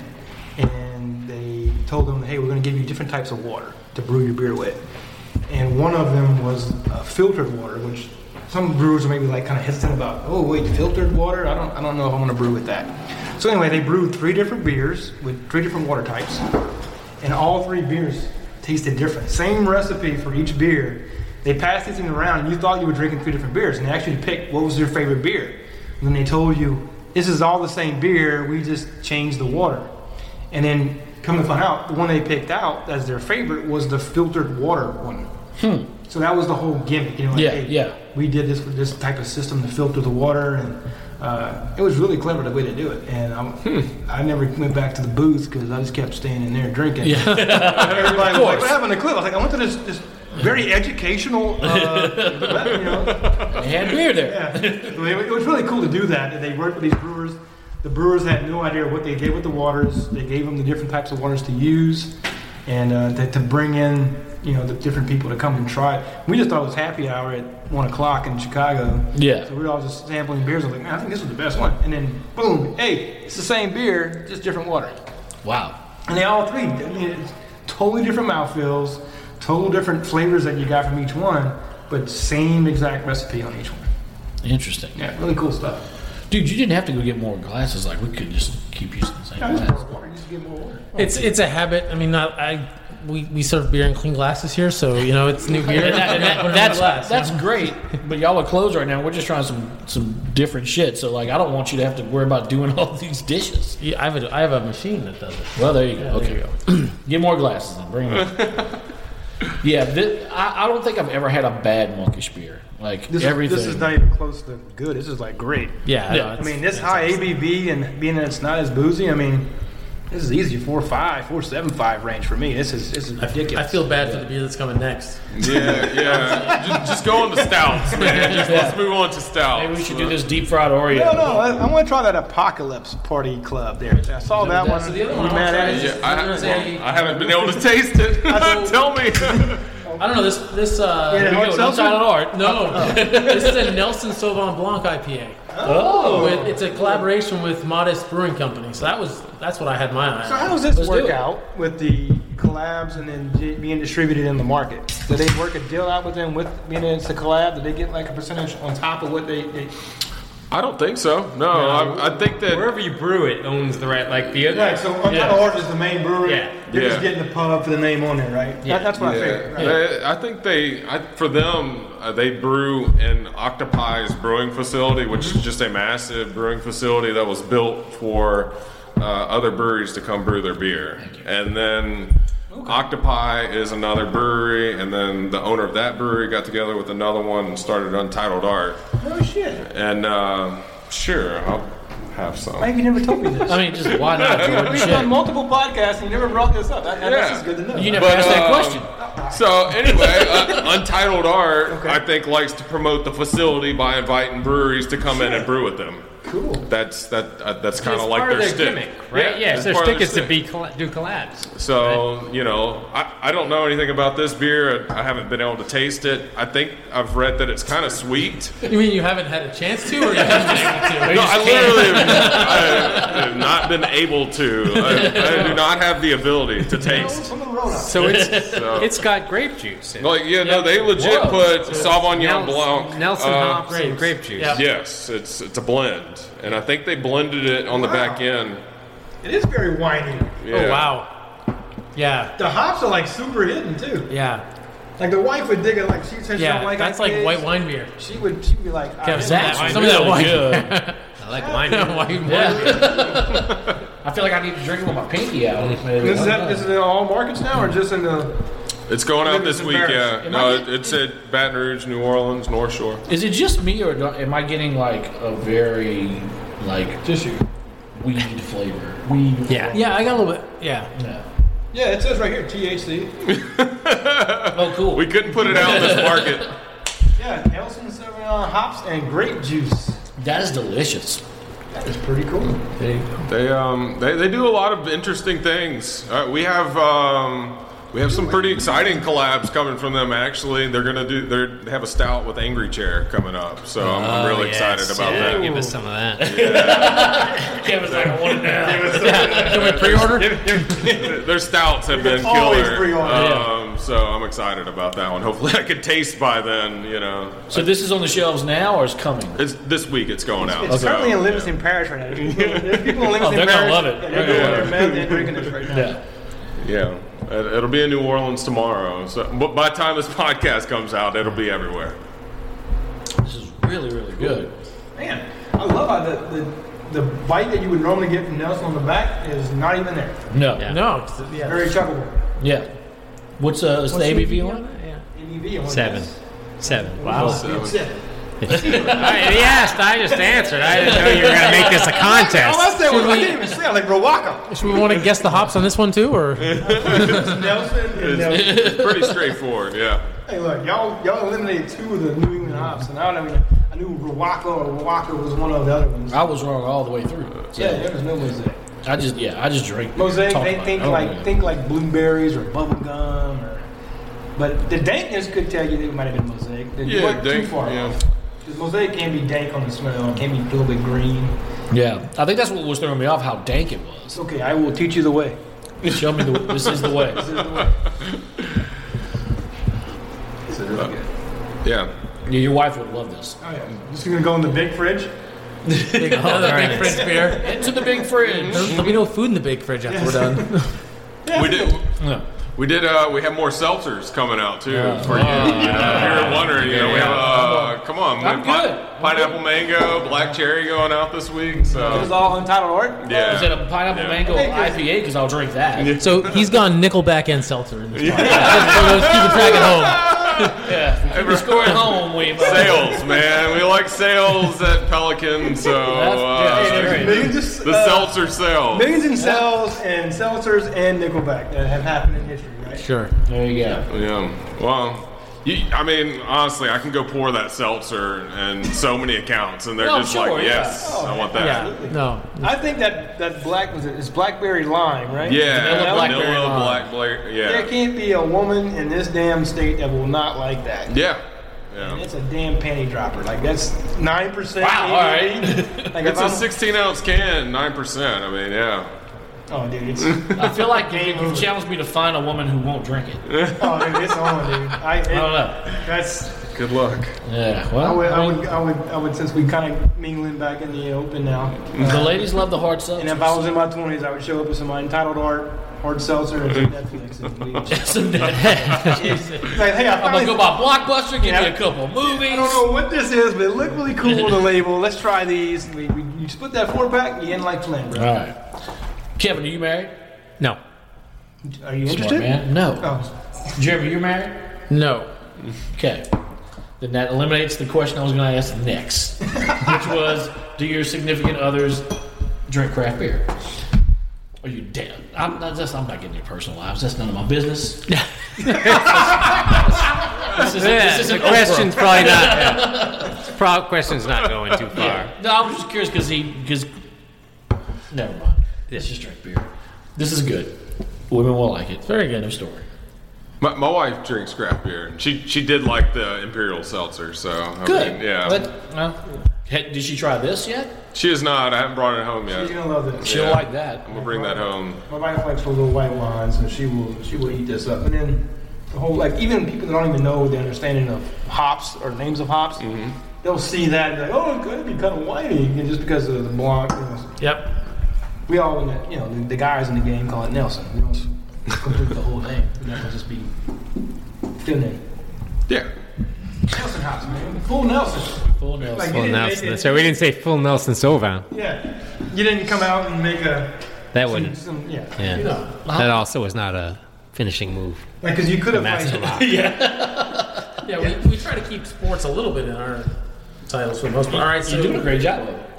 S10: and they told them, hey, we're going to give you different types of water to brew your beer with. And one of them was uh, filtered water, which some brewers are maybe like kind of hesitant about. Oh, wait, filtered water? I don't, I don't know if I'm going to brew with that. So anyway, they brewed three different beers with three different water types, and all three beers tasted different. Same recipe for each beer. They passed these things around, and you thought you were drinking three different beers, and they actually picked what was your favorite beer. And then they told you, this is all the same beer, we just changed the water. And then come to find out, the one they picked out as their favorite was the filtered water one.
S6: Hmm.
S10: So that was the whole gimmick, you know? Like,
S6: Yeah,
S10: hey,
S6: yeah.
S10: We did this with this type of system to filter the water, and uh, it was really clever the way to do it. And i
S6: Hmm.
S10: I never went back to the booth because I just kept staying in there drinking.
S6: Yeah.
S10: Everybody
S6: Of
S10: was like, "What
S6: course.
S10: happened to Cliff?" I was like, "I went to this, this very educational." Uh, you know,
S6: They had beer there.
S10: Yeah. I mean, it was really cool to do that. and They worked with these brewers. The brewers had no idea what they did with the waters. They gave them the different types of waters to use, and uh, to, to bring in you know the different people to come and try. it. We just thought it was happy hour at one o'clock in Chicago.
S6: Yeah.
S10: So we were all just sampling beers. I was like, man, I think this was the best one. And then boom, hey, it's the same beer, just different water.
S6: Wow.
S10: And they all three, I mean, it's totally different mouthfeels, total different flavors that you got from each one, but same exact recipe on each one.
S6: Interesting.
S10: Yeah, really cool stuff.
S6: Dude, you didn't have to go get more glasses. Like, we could just keep using the same
S10: Yeah, just
S6: glass.
S12: It's it's a habit. I mean, not I. We, we serve beer in clean glasses here, so you know it's new beer.
S6: And that- and that-
S12: Put it in
S6: that's
S12: a glass, you
S6: that's
S12: know?
S6: great, but y'all are closed right now. We're just trying some some different shit. So like, I don't want you to have to worry about doing all these dishes.
S12: Yeah, I have a, I have a machine that does it.
S6: Well, there you go.
S12: Yeah,
S6: okay,
S12: there
S6: get more glasses and bring them. yeah, thi- I, I don't think I've ever had a bad monkish beer. Like
S10: This
S6: everything.
S10: Is, this is not even close to good. This is like great.
S6: Yeah, Yeah. no,
S10: I
S6: it's-
S10: mean, this high ABV and being that it's not as boozy, I mean, this is easy four five, four seven five range for me. This is this is ridiculous.
S12: I feel bad for the beer that's coming next.
S9: Yeah, yeah. just, just go on to stouts, man. Just let's move on to stouts.
S6: Maybe we should do this deep fried Oreo.
S10: No, no, I, I want to try that Apocalypse Party Club there. I saw that, one.
S12: So the other
S10: You
S12: one I'll
S10: mad
S12: try
S10: at
S12: is-
S10: it?
S9: Yeah, I,
S12: Is there any-
S9: well, I haven't been able to taste it. Tell me.
S12: I don't know this this. Uh,
S10: Yeah,
S12: here we
S10: hard
S12: go,
S10: seltzer? Oh.
S12: Nelson- No, this is a Nelson Sauvignon Blanc IPA. Oh, it's a collaboration with Modest Brewing Company. So that was that's what I had my eye.
S10: So
S12: on.
S10: how does this
S12: Let's do
S10: work
S12: it.
S10: out with the collabs and then di- being distributed in the market? Do they work a deal out with them with being that it's a collab? Do they get like a percentage on top of what they? they
S9: I don't think so. No, I, I think that
S11: Wherever you brew it owns the right. Like the
S10: right. So Unknown
S11: Yeah.
S10: Orchard is the main brewery.
S11: Yeah.
S10: They're
S9: Yeah.
S10: just getting the pub for the name on there, right? That- that's what I figured. Right?
S9: They- I think they, I, for them, uh, they brew in Octopi's brewing facility, which is just a massive brewing facility that was built for uh, other breweries to come brew their beer. And then Octopi is another brewery, and then the owner of that brewery got together with another one and started Untitled Art.
S10: Oh shit!
S9: And uh, sure, I'll have some.
S10: Why have you never told me this?
S6: I mean, just why not? Jordan?
S10: We've
S6: Shit.
S10: done multiple podcasts and you never brought this up. That, that-
S9: Yeah.
S10: This is good to know.
S6: You never asked that question.
S9: So anyway, uh, Untitled Art, I think, likes to promote the facility by inviting breweries to come in and brew with them. Cool. That's that. Uh, that's kind of
S11: It's
S9: like
S11: part of
S9: their,
S11: their
S9: stick,
S11: gimmick, right? Yeah, so
S9: it's
S11: their
S9: part of
S11: stick is to
S9: stick.
S11: be colla- do collabs.
S9: So you know, I, I don't know anything about this beer. I, I haven't been able to taste it. I think I've read that it's kind of sweet.
S12: You mean you haven't had a chance to, or you haven't been able
S9: No,
S12: to?
S9: I literally I have not been able to. I, I do not have the ability to taste.
S11: So it's
S9: So.
S11: it's got grape juice. in it.
S9: Like yeah, no, they legit
S6: Whoa.
S9: put Sauvignon Blanc.
S11: Nelson
S9: uh,
S11: hops and grape juice.
S12: Yeah.
S9: Yes, it's it's a blend, and I think they blended it on the back end.
S10: It is very whiny.
S9: Yeah.
S12: Oh wow. Yeah.
S10: The hops are like super hidden too.
S12: Yeah.
S10: Like the wife would dig it. Like she said, she
S12: Yeah.
S10: don't like
S12: that's like
S10: IPAs.
S12: white wine beer.
S10: She would. She'd be like, "Ah,
S12: Yeah,
S10: I
S12: some of
S6: That's
S12: that- some of
S6: really
S12: that wine.
S6: good.
S11: I like wine.
S12: White wine.
S6: I feel like I need to drink it with my pinky out.
S10: This is, at, this is in all markets now, or just in the?
S9: It's going out this
S10: It's
S9: week. Yeah,
S10: embarrassing.
S9: no, it, it's at Baton Rouge, New Orleans, North Shore.
S6: Is it just me, or do, am I getting like a very like just weed flavor? Weed.
S11: Yeah.
S12: Yeah, I got a little bit. Yeah.
S6: Yeah.
S10: Yeah, it says right here THC.
S6: Oh, cool.
S9: We couldn't put it out in this market.
S10: Yeah, Nelson Sauvignon hops and grape juice.
S6: that is delicious.
S10: That is pretty cool.
S9: They um they, they do a lot of interesting things. Uh, we have um We have some pretty exciting collabs coming from them. Actually, they're gonna do. They're, they have a stout with Angry Chair coming up, so I'm, I'm
S11: Oh,
S9: really
S11: yes.
S9: excited about
S11: Yeah,
S9: that.
S11: give us some of that.
S6: Kevin's like, I want it now.
S9: Can we pre-order? Their stouts have been
S6: Always
S9: killer.
S6: pre-order.
S9: Um, so I'm excited about that one. Hopefully, I can taste by then. You know,
S6: So this is on the shelves now, or is coming?
S9: it's this week. It's going out.
S10: It's
S9: so-
S10: currently in Livingston Parish right now. There's people in Livingston
S6: Oh, they're gonna
S10: Parish.
S6: love it.
S10: Yeah,
S6: They're
S10: they're going
S9: gonna
S10: there,
S9: love
S10: man. They're drinking this right now.
S9: Yeah, It- it'll be in New Orleans tomorrow. So, but by the time this podcast comes out, it'll be everywhere.
S6: Really, really good.
S10: Man, I love how the, the, the bite that you would normally get from Nelson on the back is not even there.
S6: No.
S12: No, 'cause it- yeah,
S10: Very chuckable.
S6: Yeah. What's, uh, is the
S10: What's the
S6: ABV
S10: ABV
S6: on it?
S10: ABV on
S11: Seven.
S10: this.
S11: Seven.
S6: Wow.
S10: It's seven.
S11: I, he asked. I just answered. I didn't know you were going to make
S12: Oh,
S11: this a contest.
S10: All Oh, I said was,
S12: Should
S10: I
S12: we-
S10: didn't even say, I like Rowaka.
S12: Should we want to guess the hops on this one too, or
S10: Nelson and Nelson.
S9: It's pretty straightforward. Yeah.
S10: Hey, look, y'all, y'all eliminated two of the New England hops, and I don't even, I knew Rowaka or Rowaka was one of the other ones.
S6: I was wrong all the way through. So
S10: Yeah, there was no mosaic.
S6: I just, yeah, I just drink.
S10: Mosaic, they think like think like blueberries or bubble gum, or but the dankness could tell you that it might have been mosaic. They
S9: Yeah,
S10: weren't
S9: dank,
S10: too far
S9: yeah.
S10: off. 'Cause mosaic can be dank on the smell, it can be a little bit green.
S6: Yeah, I think that's what was throwing me off. How dank it was.
S10: It's okay. I will teach you the way.
S6: Show me the. This is the way.
S10: This is the way.
S9: This is really good. Yeah.
S6: Yeah, your wife would love this.
S10: Oh, yeah. Just gonna go in the big fridge.
S12: big, another big fridge beer?
S6: Into the big fridge.
S12: There'll be no food in the big fridge after we're done.
S9: We did.
S6: Yeah.
S9: We did. Uh, we have more seltzers coming out too for you. you know, if you're wondering, you know, we have. Uh, come on, we
S6: I'm
S9: have pi-
S6: good.
S9: pineapple mango, black cherry going out this week.
S10: It was
S9: So
S10: all untitled art.
S9: yeah,
S6: Is it a pineapple
S9: Yeah.
S6: mango IPA? Because I'll drink that. Yeah.
S12: So he's gone Nickelback and seltzer in this podcast. Just for those keeping track at home.
S6: If you score at home, we
S9: sales, man. We like sales at Pelican. So
S6: yeah,
S9: uh,
S6: that's
S10: Millions just,
S9: the
S10: uh,
S9: seltzer sale.
S10: Millions in sales and seltzers and Nickelback that have happened in history, right?
S12: Sure.
S6: There you go.
S9: Yeah. Well. You, I mean, honestly, I can go pour that seltzer in so many accounts, and they're
S6: No,
S9: just
S6: sure,
S9: like,
S6: yeah.
S9: "Yes, I want that."
S12: Yeah. No.
S10: I think that that black was it, it's blackberry lime, right?
S9: Yeah,
S10: Vanilla
S9: vanilla,
S12: lime.
S9: black, black,
S10: There
S9: yeah,
S10: can't be a woman in this damn state that will not like that.
S9: yeah, yeah.
S10: That's a damn panty dropper. Like that's nine percent.
S6: Wow, all right.
S10: Like if
S9: It's a
S10: I'm,
S9: 16 ounce can, nine percent. I mean, yeah,
S10: Oh, dude, it's oh,
S6: I feel like you you challenged me to find a woman who won't drink it.
S10: oh, dude, it's on, dude. I, it,
S6: I don't know.
S10: That's
S9: good luck.
S6: Yeah.
S10: I
S6: Well,
S10: would, I
S6: I mean,
S10: would, I would, I would. Since we kind of mingling back in the open now, uh,
S6: the ladies love the hard stuff.
S10: and if I was in my twenties, I would show up with some untitled art, hard seltzer, and some
S6: Mm-hmm.
S10: Netflix. And bleach. like, hey, I
S6: I'm
S10: finally
S6: gonna go by Blockbuster, give me
S10: Yeah.
S6: a couple movies.
S10: I don't know what this is, but it looked really cool on the label. Let's try these. We, we, you split that four pack, you end like Flynn, bro.
S6: All right. Kevin, are you married?
S11: No.
S10: Are you
S6: Smart
S10: interested?
S6: man. No.
S10: Oh,
S6: Jeremy, you married?
S12: No.
S6: Okay. Then that eliminates the question I was going to ask next, which was, do your significant others drink craft beer? Are you damn? I'm not just. I'm not getting your personal lives. That's none of my business. this is
S11: Yeah,
S6: this is
S11: the
S6: an
S11: question's
S6: Oprah.
S11: probably not. the pro- question's not going too far.
S6: No, I was just curious because he because. Never mind. Let's just drink beer. This is good. Women will like it. Very good. No story.
S9: My, my wife drinks craft beer, and she she did like the imperial seltzer. So I
S6: Good.
S9: mean, yeah,
S6: But, well, hey, did she try this yet?
S9: she is not. I haven't brought it home yet.
S10: she's gonna love this.
S6: She'll
S9: Yeah.
S6: like that.
S9: I'm gonna bring that home.
S10: My wife likes a little white wine, so she will she will eat this up. And then the whole like even people that don't even know the understanding of hops or names of hops, they'll see that and be like, oh, it could be kind of whitey, and just because of the blonde. You know,
S12: Yep.
S10: we all in the, you know the, the guys in the game call it Nelson. We don't complete the whole name. You know, it'll just be feeling.
S9: Yeah,
S10: Nelson hops, man. Full Nelson.
S6: Full nails.
S10: Like, you
S11: Full
S10: didn't make
S11: Nelson.
S10: it-
S11: So we didn't say full Nelson Sova.
S10: Yeah. You didn't come out and make a.
S11: That wouldn't.
S10: Some, yeah.
S11: Yeah.
S10: You know,
S11: That also was not a finishing move.
S10: like, because you could have.
S11: Master
S10: Like,
S11: Lock.
S12: Yeah, We, we try to keep sports a little bit in our titles for the most part. All right, so,
S6: You're doing a great job of it.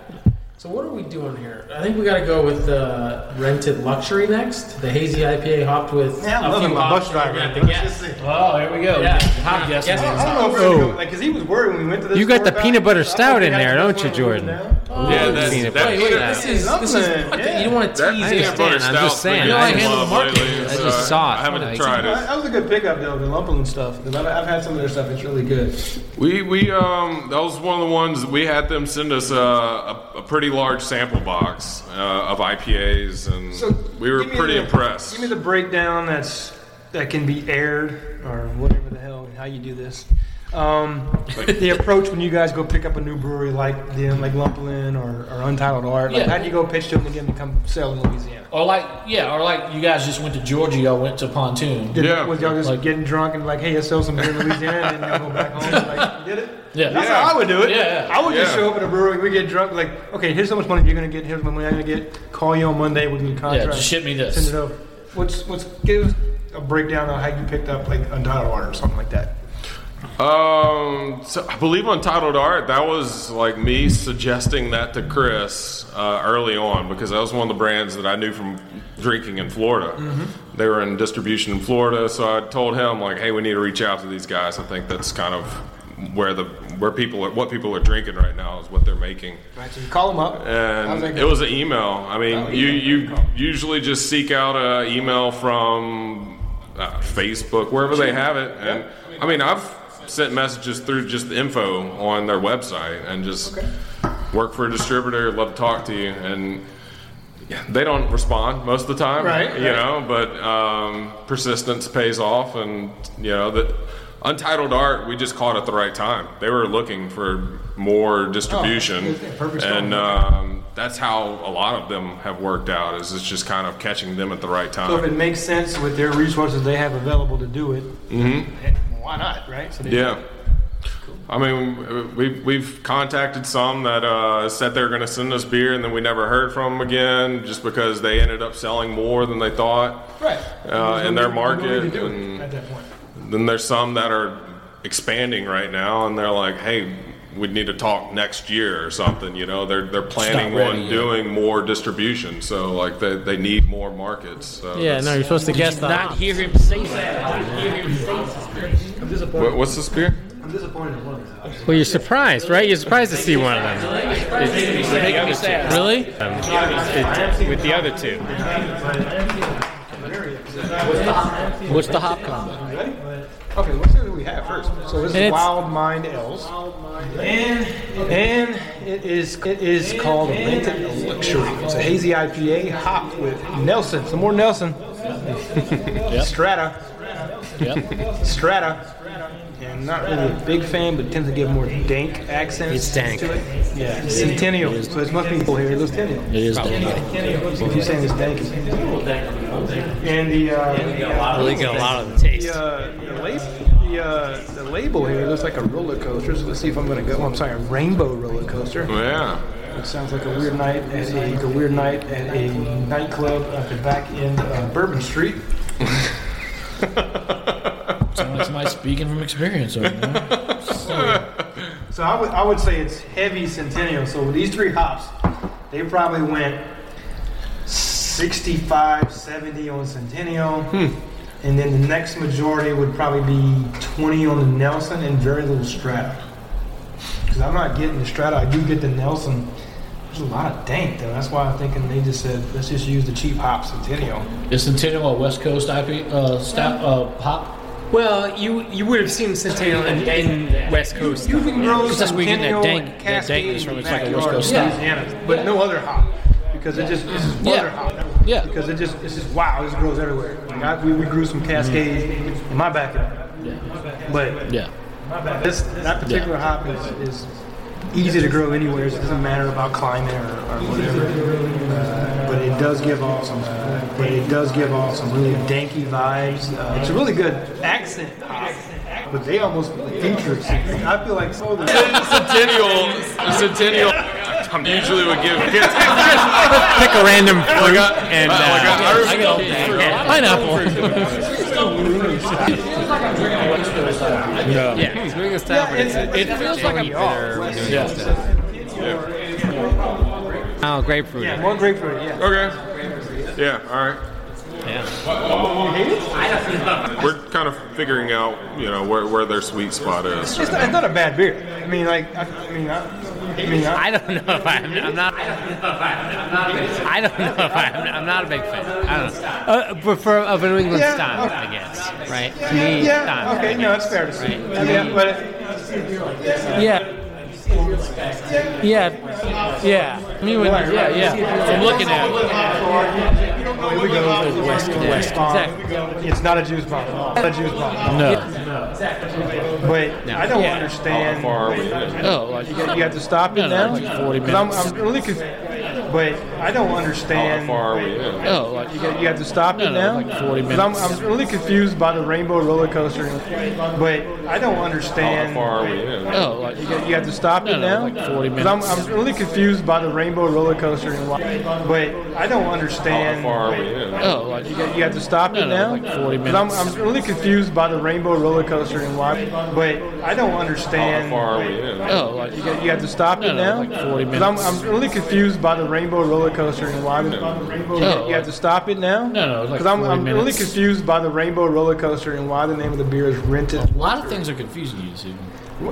S12: so what are we doing here? I think we got to go with uh, rented luxury next. The hazy IPA hopped with
S10: yeah, I'm
S12: a
S10: loving
S12: few
S10: my
S12: hops
S10: bus
S12: that we're
S10: driver.
S12: gonna have to guess.
S10: Let's just see.
S6: Oh, here we go.
S12: Yeah.
S6: Hot
S12: Yeah.
S6: guessing.
S10: I don't know where to go. Like, because he was worried when we went to this.
S11: Oh. You got the
S10: four-pack,
S11: peanut butter
S10: I thought we
S11: stout in
S10: had
S11: there,
S10: to
S11: don't
S10: put
S11: you,
S10: one
S11: Jordan?
S10: down.
S11: Oh,
S9: yeah, that's,
S11: peanut
S9: that
S11: butter.
S12: Wait, wait,
S9: peanut-
S12: this is this is
S10: Something,
S12: fucking-
S10: yeah.
S12: you don't want to
S9: that
S12: tease
S9: peanut
S12: it.
S9: butter
S11: understand, I'm
S9: stout.
S11: just saying.
S9: You
S11: You know, I
S9: I
S11: handle
S9: love
S11: the market.
S9: lately.
S11: I
S9: is,
S11: just- saw it.
S9: I haven't
S11: Like-
S9: tried it.
S10: That was a good pickup though, the Lumberland stuff. 'cause I've, I've had some of their stuff. It's really good.
S9: We we um that was one of the ones we had them send us uh, a a pretty large sample box uh, of IPAs and we were
S10: Give me
S9: pretty
S10: the-
S9: impressed.
S10: Give me the breakdown that's that can be aired or whatever the hell how you do this. Um, the approach when you guys go pick up a new brewery like them, like Lumplin or, or Untitled Art. Like
S6: Yeah.
S10: How do you go pitch to them to get them to come sell in Louisiana?
S6: Or like, yeah, or like you guys just went to Georgia, y'all went to Pontoon.
S10: Did, Was y'all just getting drunk and like, hey, let's sell some beer in Louisiana and then y'all go back home? Like, you did it?
S6: Yeah.
S10: That's how I would do it.
S6: Yeah.
S10: I would just
S6: Yeah.
S10: show up at a brewery, we get drunk, like, okay, here's how much money you're going to get, here's how much money I'm going to get. Call you on Monday with your contract.
S6: just ship me this.
S10: Send it over. What's, what's, give us a breakdown on how you picked up like Untitled Art or something like that.
S9: Um, so I believe Untitled Art, that was like me suggesting that to Chris uh, early on because that was one of the brands that I knew from drinking in Florida.
S10: Mm-hmm.
S9: They were in distribution in Florida, so I told him like, "Hey, we need to reach out to these guys. I think that's kind of where the where people are, what people are drinking right now is what they're making."
S10: Right, so you call them up. How's
S9: And
S10: that
S9: it
S10: go?
S9: was an email. I mean, you you usually just seek out an email from uh, Facebook, wherever they have it. And I mean, I've sent messages through just the info on their website and just work for a distributor. Love to talk to you, and they don't respond most of the time,
S10: Right,
S9: You
S10: right.
S9: know, but um, persistence pays off, and you know that. Untitled Art, we just caught at the right time. They were looking for
S10: Oh,
S9: more distribution,
S10: perfect storm.
S9: and um, that's how a lot of them have worked out. Is it's just kind of catching them at the right time.
S10: So if it makes sense with their resources they have available to do it, Eh,
S9: Mhm.
S10: why not, right? So they-
S9: Yeah. I mean, we've, we've contacted some that uh, said they were going to send us beer and then we never heard from them again just because they ended up selling more than they thought
S10: Right.
S9: uh, in their market.
S10: do it
S9: and
S10: at that point.
S9: then there's some that are expanding right now and they're like, hey, we need to talk next year or something. You know, they're, they're planning
S12: ready
S9: on
S12: yet.
S9: doing more distribution. So, like, they, they need more markets. So
S12: Yeah,
S9: that's-
S12: no, you're supposed to guess that.
S11: Not hear him say that.
S9: What- what's this beer?
S10: I'm disappointed in one of these.
S11: Well, you're surprised, right? You're surprised to see one of them.
S13: It's-
S11: Really?
S13: Um, it- with the other two.
S6: What's the hop combo?
S10: Okay, let's see what we have first. So this
S6: And
S10: is
S6: it's-
S10: Wild Mind Ales. And, and it is it is called Rented Luxury. It's a hazy IPA hopped with Nelson. Some more Nelson. Strata. Strata. And not really a big fan, but tends to give more dank accents
S11: It's dank.
S10: to it. Yeah, Centennial. So it's much people here. It looks Centennial. It
S6: is
S10: dank. If you're saying it's dank, it's and the uh,
S11: Really got a lot of taste.
S10: The, uh, the, lab- the, uh, the label here looks like a roller coaster. So let's see if I'm going to go. I'm sorry, a rainbow roller coaster.
S9: Yeah.
S10: It sounds like a weird night at a, like a weird night at a nightclub at the back end of Bourbon Street.
S6: Sounds like somebody speaking from experience over there.
S10: So I would I would say it's heavy Centennial. So with these three hops, they probably went 65, 70 on Centennial. And then the next majority would probably be 20 on the Nelson and very little Strata. Because I'm not getting the Strata. I do get the Nelson. There's a lot of dank, though. That's why I'm thinking they just said, let's just use the cheap hop Centennial.
S6: Is Centennial a West Coast IP, uh, stout, uh, hop?
S11: Well, you you would have seen Centennial in, in West Coast.
S10: You can grow
S11: It's just where you get
S10: Centennial
S11: that dank,
S10: and
S11: that
S10: Cascade
S11: dankness from.
S10: in
S11: It's
S10: the
S11: like a West
S10: backyard
S11: Coast
S10: of
S11: style.
S10: Louisiana, But no other hop. Because it just, this is other hop.
S6: Yeah.
S10: Because it just, it's just, wow, this grows everywhere. Like I, we, we grew some Cascades in my backyard. But
S6: Yeah.
S10: this, that particular hop is, is easy to grow anywhere. so It doesn't matter about climate or, or whatever. Uh, but it does give off some, uh, but it does give off some really danky vibes. Uh, it's a really good accent hop. But they almost feature. I feel like so.
S9: Centennial, Centennial usually would give kids.
S11: Pick a random fruit and uh,
S9: I go.
S11: Yeah, it's New England style, but it's, it feels like a bitter New England style. Oh, grapefruit.
S10: Yeah, more grapefruit. Yeah.
S9: Okay. Yeah. All right. Yeah. We're kind of figuring out, you know, where, where their sweet spot is.
S10: It's not, it's not a bad beer. I mean, like, I, I mean, I,
S11: I don't know if I'm. I'm not. I don't know if I'm. I'm not a big fan. I don't know. Uh, prefer of an New England
S10: Yeah,
S11: style,
S10: okay.
S11: I guess. Right.
S10: Yeah,
S11: to me,
S10: yeah,
S11: style.
S10: okay, no, it's fair to say.
S11: Right.
S10: I mean,
S11: To me,
S10: but-
S12: Yeah. Yeah. Yeah. I mean, when, yeah, yeah. I'm looking at it.
S10: Here we go. West,
S12: West.
S10: Exactly. It's not a Jews bomb. Not a Jews bomb.
S12: No.
S10: But I don't understand.
S6: Oh, like-
S10: you, got, you have to stop
S6: No,
S10: it
S6: no,
S10: now.
S6: like 40
S10: 'Cause I'm,
S6: minutes.
S10: I'm really confused. But I don't understand. How far are we?
S6: Oh, like-
S10: you, got, you have to stop
S6: No,
S10: it
S6: no,
S10: now.
S6: like 40
S10: 'Cause I'm,
S6: minutes.
S10: I'm really confused by the rainbow roller coaster. But I don't understand. How far are we?
S6: Oh, like-
S10: you, got, you have to stop
S6: No,
S10: it
S6: no,
S10: now.
S6: like 40
S10: 'Cause I'm,
S6: minutes.
S10: I'm really confused by the rainbow roller coaster. But I don't understand. How far are we?
S6: Oh, like-
S10: you, got, you have to stop
S6: No,
S10: it
S6: no,
S10: now.
S6: like 40
S10: 'Cause I'm,
S6: minutes.
S10: I'm really confused by the rainbow roller coaster and why, but I don't understand. How far are we?
S6: Oh, like-
S10: you, got, you have to stop
S6: No,
S10: it
S6: no,
S10: now.
S6: like 40
S10: 'Cause I'm,
S6: minutes.
S10: I'm really confused by the rainbow roller coaster and why. you, got-
S6: Oh,
S10: you have to stop it now.
S6: No, no, like
S10: I'm,
S6: 40
S10: I'm really
S6: minutes.
S10: confused by the rainbow roller coaster and why the name of the beer is rented.
S6: A lot of things are confusing you, too.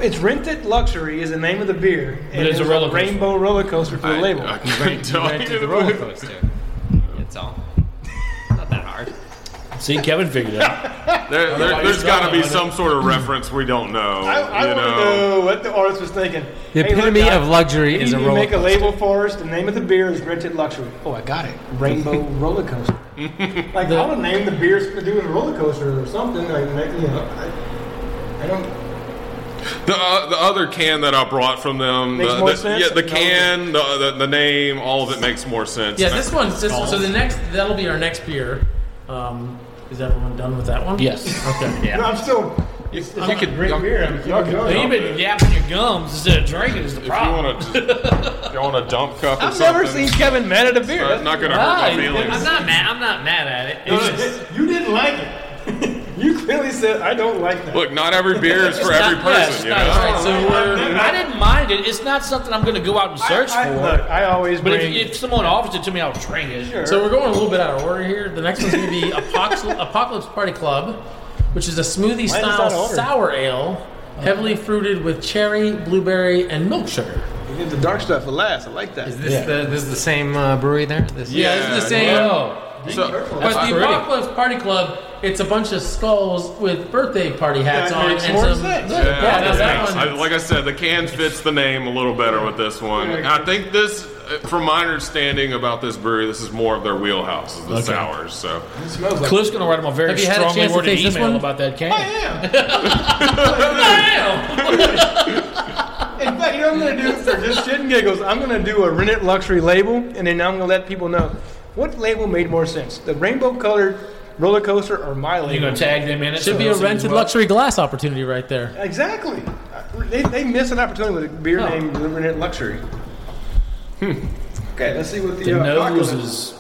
S10: It's rented luxury is the name of the beer,
S6: But it's a
S10: there's
S6: roller coaster.
S10: rainbow roller coaster for the label.
S9: I couldn't tell
S11: Back to
S9: you
S11: the
S9: the
S11: roller
S9: movie.
S11: coaster. That's all. Not that hard.
S6: See, Kevin figured it out.
S9: There, there, there's got to be some sort of reference we don't know.
S10: I, I
S9: you
S10: want to
S9: know.
S10: know what the artist was thinking.
S11: The
S10: Hey, look,
S11: epitome
S10: guys,
S11: of luxury
S10: we
S11: is a
S10: need to
S11: roller
S10: make a label for us. The name of the beer is Rented Luxury. Oh, I got it. Rainbow Roller Coaster. like I would name the beers for doing a roller coaster or something. Like make- you know, I, I don't.
S9: The, uh, the other can that I brought from them,
S10: Makes
S9: the,
S10: more
S9: the-
S10: sense?
S9: yeah, the can, the, the, the name, all of it makes more sense.
S12: Yeah,
S9: And I-
S12: this one's just so the next that'll be our next beer. Um, is everyone done with that one?
S6: Yes.
S12: Okay.
S10: No, I'm still. It's, it's you could great beer. I'm- y'all can-
S6: You've been yapping your gums instead of drinking is the
S9: If you
S6: problem.
S9: want to, you want a dump cup or
S10: I've
S9: something.
S10: never seen Kevin mad at a beer.
S9: It's not gonna
S12: Ah,
S9: hurt my
S12: you-
S9: feelings.
S12: I'm not mad. I'm not mad at it. It's just-
S10: you didn't like it. you clearly said I don't like that.
S9: Look, not every beer is for every
S6: Not- yeah, it's
S9: person,
S6: not-
S9: you know.
S6: right, so we're- I didn't mind it. It's not something I'm going to go out and search
S10: I,
S6: for.
S10: look, I always
S6: but
S10: bring.
S6: if, if someone offers it to me, I'll drink it.
S12: So we're going a little bit out of order here. The next one's going to be Apox- Apocalypse Party Club, which is a smoothie style
S10: out of order?
S12: sour ale, heavily fruited with cherry, blueberry, and milk sugar.
S10: you get the dark stuff for last. I like that.
S11: Is this the this is the same uh, brewery there? This
S12: Yeah, it's the same.
S9: So,
S12: But the
S11: pretty.
S12: Apocalypse Party Club, it's a bunch of skulls with birthday party hats
S10: That
S12: on.
S10: makes
S12: and
S10: more
S12: some,
S10: sense.
S12: Yeah,
S9: yeah,
S12: yeah, that's that
S9: I-
S12: one.
S9: like I said, the can fits the name a little better with this one. And I think this, uh, from my understanding about this brewery, this is more of their wheelhouse, is the sours. So
S6: Cliff's going to write him a very
S12: Have you had a
S6: strongly
S12: chance to
S6: worded
S12: taste this
S6: email
S12: one?
S6: about that can.
S10: In fact, you know what I'm gonna do for just shit and giggles? I'm gonna do a rented luxury label, and then I'm gonna let people know what label made more sense: the rainbow-colored roller coaster or my label?
S6: You're going to tag them in it. so
S12: Should be
S6: they'll
S12: a
S6: see
S12: rented
S6: what-
S12: luxury glass opportunity right there.
S10: exactly. They, they miss an opportunity with a beer
S6: Oh.
S10: named rented luxury. Hmm. Okay, let's see what the,
S6: Hmm. The
S10: uh,
S6: nose
S10: apocalypse-
S6: is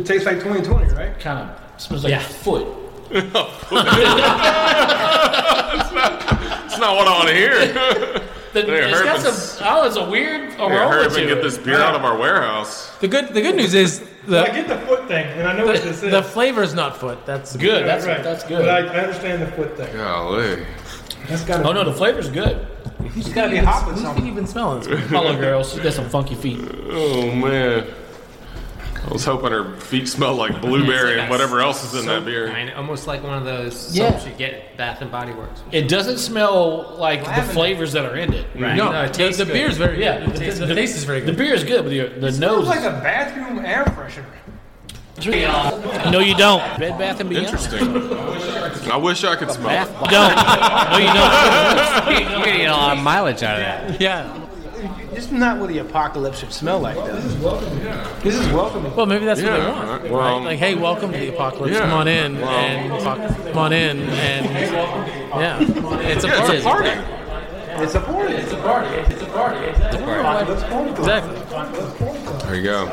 S10: It tastes like 2020, right?
S6: kind of smells like
S12: Yeah.
S6: a foot.
S9: it's not what I want to hear.
S6: The, it's got
S9: Herman's-
S6: some. Oh, it's a weird
S9: Here,
S6: aroma
S9: hurry up
S6: to
S9: and get
S6: it.
S9: this beer out of our warehouse.
S12: The good the good news is
S10: I
S12: the
S10: get the foot thing, and I know what this
S12: the,
S10: is.
S12: the flavor's not foot. That's
S6: Good. That's
S10: Right, right.
S6: that's
S10: But I,
S6: good.
S10: I understand the foot thing.
S9: Golly.
S10: That's gotta.
S6: Oh no, the flavor's good.
S12: Who's
S10: gotta be hot with something.
S12: You've been smelling this.
S6: Hello, girls. She's got some funky feet.
S9: Oh man. I was hoping her feet smelled like blueberry and whatever else is in that beer.
S11: Kind of, almost like one of those
S6: Yeah.
S11: soaps you get at Bath and Body Works.
S6: It doesn't smell like the flavors that are in it.
S11: Right.
S12: No,
S11: it
S12: the,
S11: tastes
S12: the
S11: good.
S12: beer's very
S6: Yeah,
S12: yeah. The, the, the taste is very
S6: The
S12: good.
S6: beer is good, but the, the nose.
S10: It's like a bathroom air freshener.
S14: No, you don't.
S6: Bed Bath and Beyond.
S9: Interesting. I wish I could smell it.
S14: You don't. No, you don't.
S11: I'm gonna get a lot of mileage out of that.
S12: Yeah.
S10: This is not what the apocalypse should smell like, though. This is welcoming. This is welcoming.
S12: Well, maybe that's what they
S9: Yeah,
S12: want.
S9: right. Well,
S12: right? Like, hey, welcome to the apocalypse.
S9: Yeah.
S12: Come on in and talk- come on in and yeah, it's a
S9: Yeah,
S12: party.
S9: it's a party.
S10: It's a party. It's a
S12: party. It's a party. It's a party. Exactly.
S9: There you go.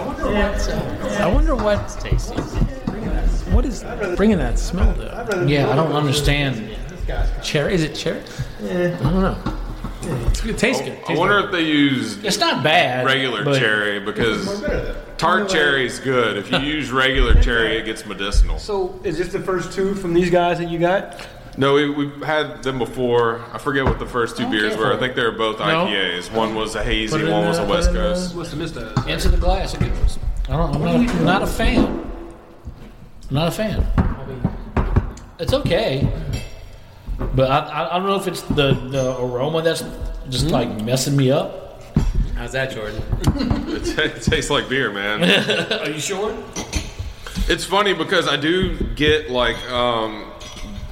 S12: I wonder what tasty. What is bringing that smell though?
S6: Yeah, I don't understand.
S12: Cherry? Is it cherry? I don't know. It's good. Tastes good.
S9: I wonder if they used
S6: It's not bad.
S9: regular
S6: but-
S9: cherry because tart cherry is good. If you use regular cherry, it gets medicinal.
S10: So, is this the first two from these guys that you got?
S9: No, we, we had them before. I forget what the first two beers were. I think they were both
S6: No.
S9: IPAs. One was a
S6: Put
S9: hazy,
S6: it in
S9: one was
S6: the-
S9: a
S6: put
S9: West
S6: it in the-
S9: Coast.
S6: What's the mist? Into the glass. It gives. I don't. I'm
S9: What
S6: not,
S9: do you do?
S6: not a fan. I'm not a fan. It's okay, but I, I, I don't know if it's the, the aroma that's
S9: Hmm?
S6: just like messing me up.
S11: How's that, Jordan?
S9: It, ta- it tastes like beer, man.
S6: Are you sure?
S9: it's funny because I do get like um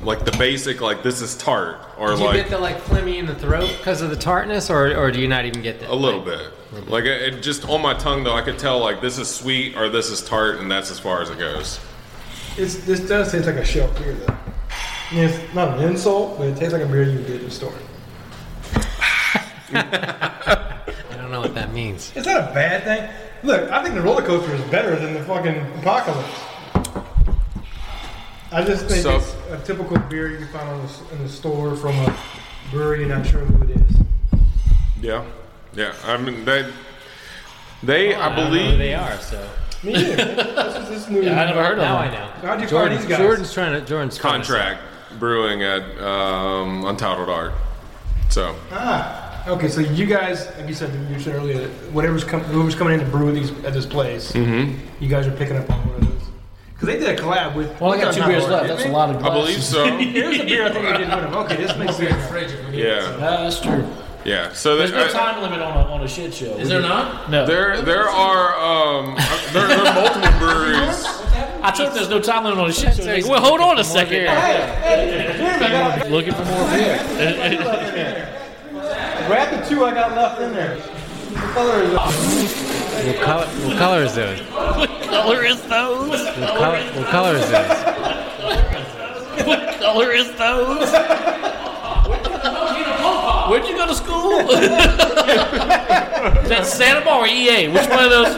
S9: like the basic like this is tart or
S11: Do you
S9: like
S11: get the like phlegmy in the throat because of the tartness, or, or do you not even get that?
S9: a little bit. Like uh, it, it just on my tongue though, I could tell like this is sweet or this is tart, and that's as far as it goes.
S10: It's, this does taste like a shell beer, though. I mean, It's not an insult, but it tastes like a beer you would get in the store.
S11: I don't know what that means.
S10: It's not a bad thing. Look, I think the roller coaster is better than the fucking apocalypse. I just think
S9: So-
S10: it's a typical beer you can find on the, s- in the store from a brewery. You're not sure who it is.
S9: Yeah, yeah. I mean they
S6: Oh,
S9: they I,
S11: I don't know
S9: believe
S11: who they are. So
S10: Me either. this is, this is new.
S11: Yeah, I never heard of
S10: now
S11: them.
S10: I know. How'd you
S11: Jordan-
S10: find these guys?
S11: Jordan's trying to. Jordan's trying to-
S9: contract brewing at um, Untitled Art. So
S10: Ah, okay. So you guys, like you said, you said earlier, that whatever's com- whoever's coming in to brew these at this place,
S9: Mhm.
S10: you guys are picking up on one of those. Because they did a collab with.
S6: Well, I got
S10: with
S6: two
S10: Not
S6: beers
S10: Hard,
S6: left.
S10: didn't
S6: That's a
S10: they?
S6: lot of I
S9: believe glasses. so.
S10: Here's a beer I think they did with them. Okay, this makes sense.
S9: yeah,
S6: that's true.
S9: yeah. So
S6: There's no
S9: I-
S6: time limit on a, on a shit show.
S12: Is there not?
S6: No.
S9: There, there are um, there, there are multiple breweries.
S6: I took there's no time limit on a shit show.
S13: It's like, well, hold on a second.
S6: Looking for more beer.
S10: Grab the two I got left in there. What color is it?
S11: What color, what color is those?
S13: What color is those?
S11: What color, what color is those?
S13: What color is those?
S6: Where'd you go to school? That's Santa Barbara
S11: E
S6: EA. Which one of those?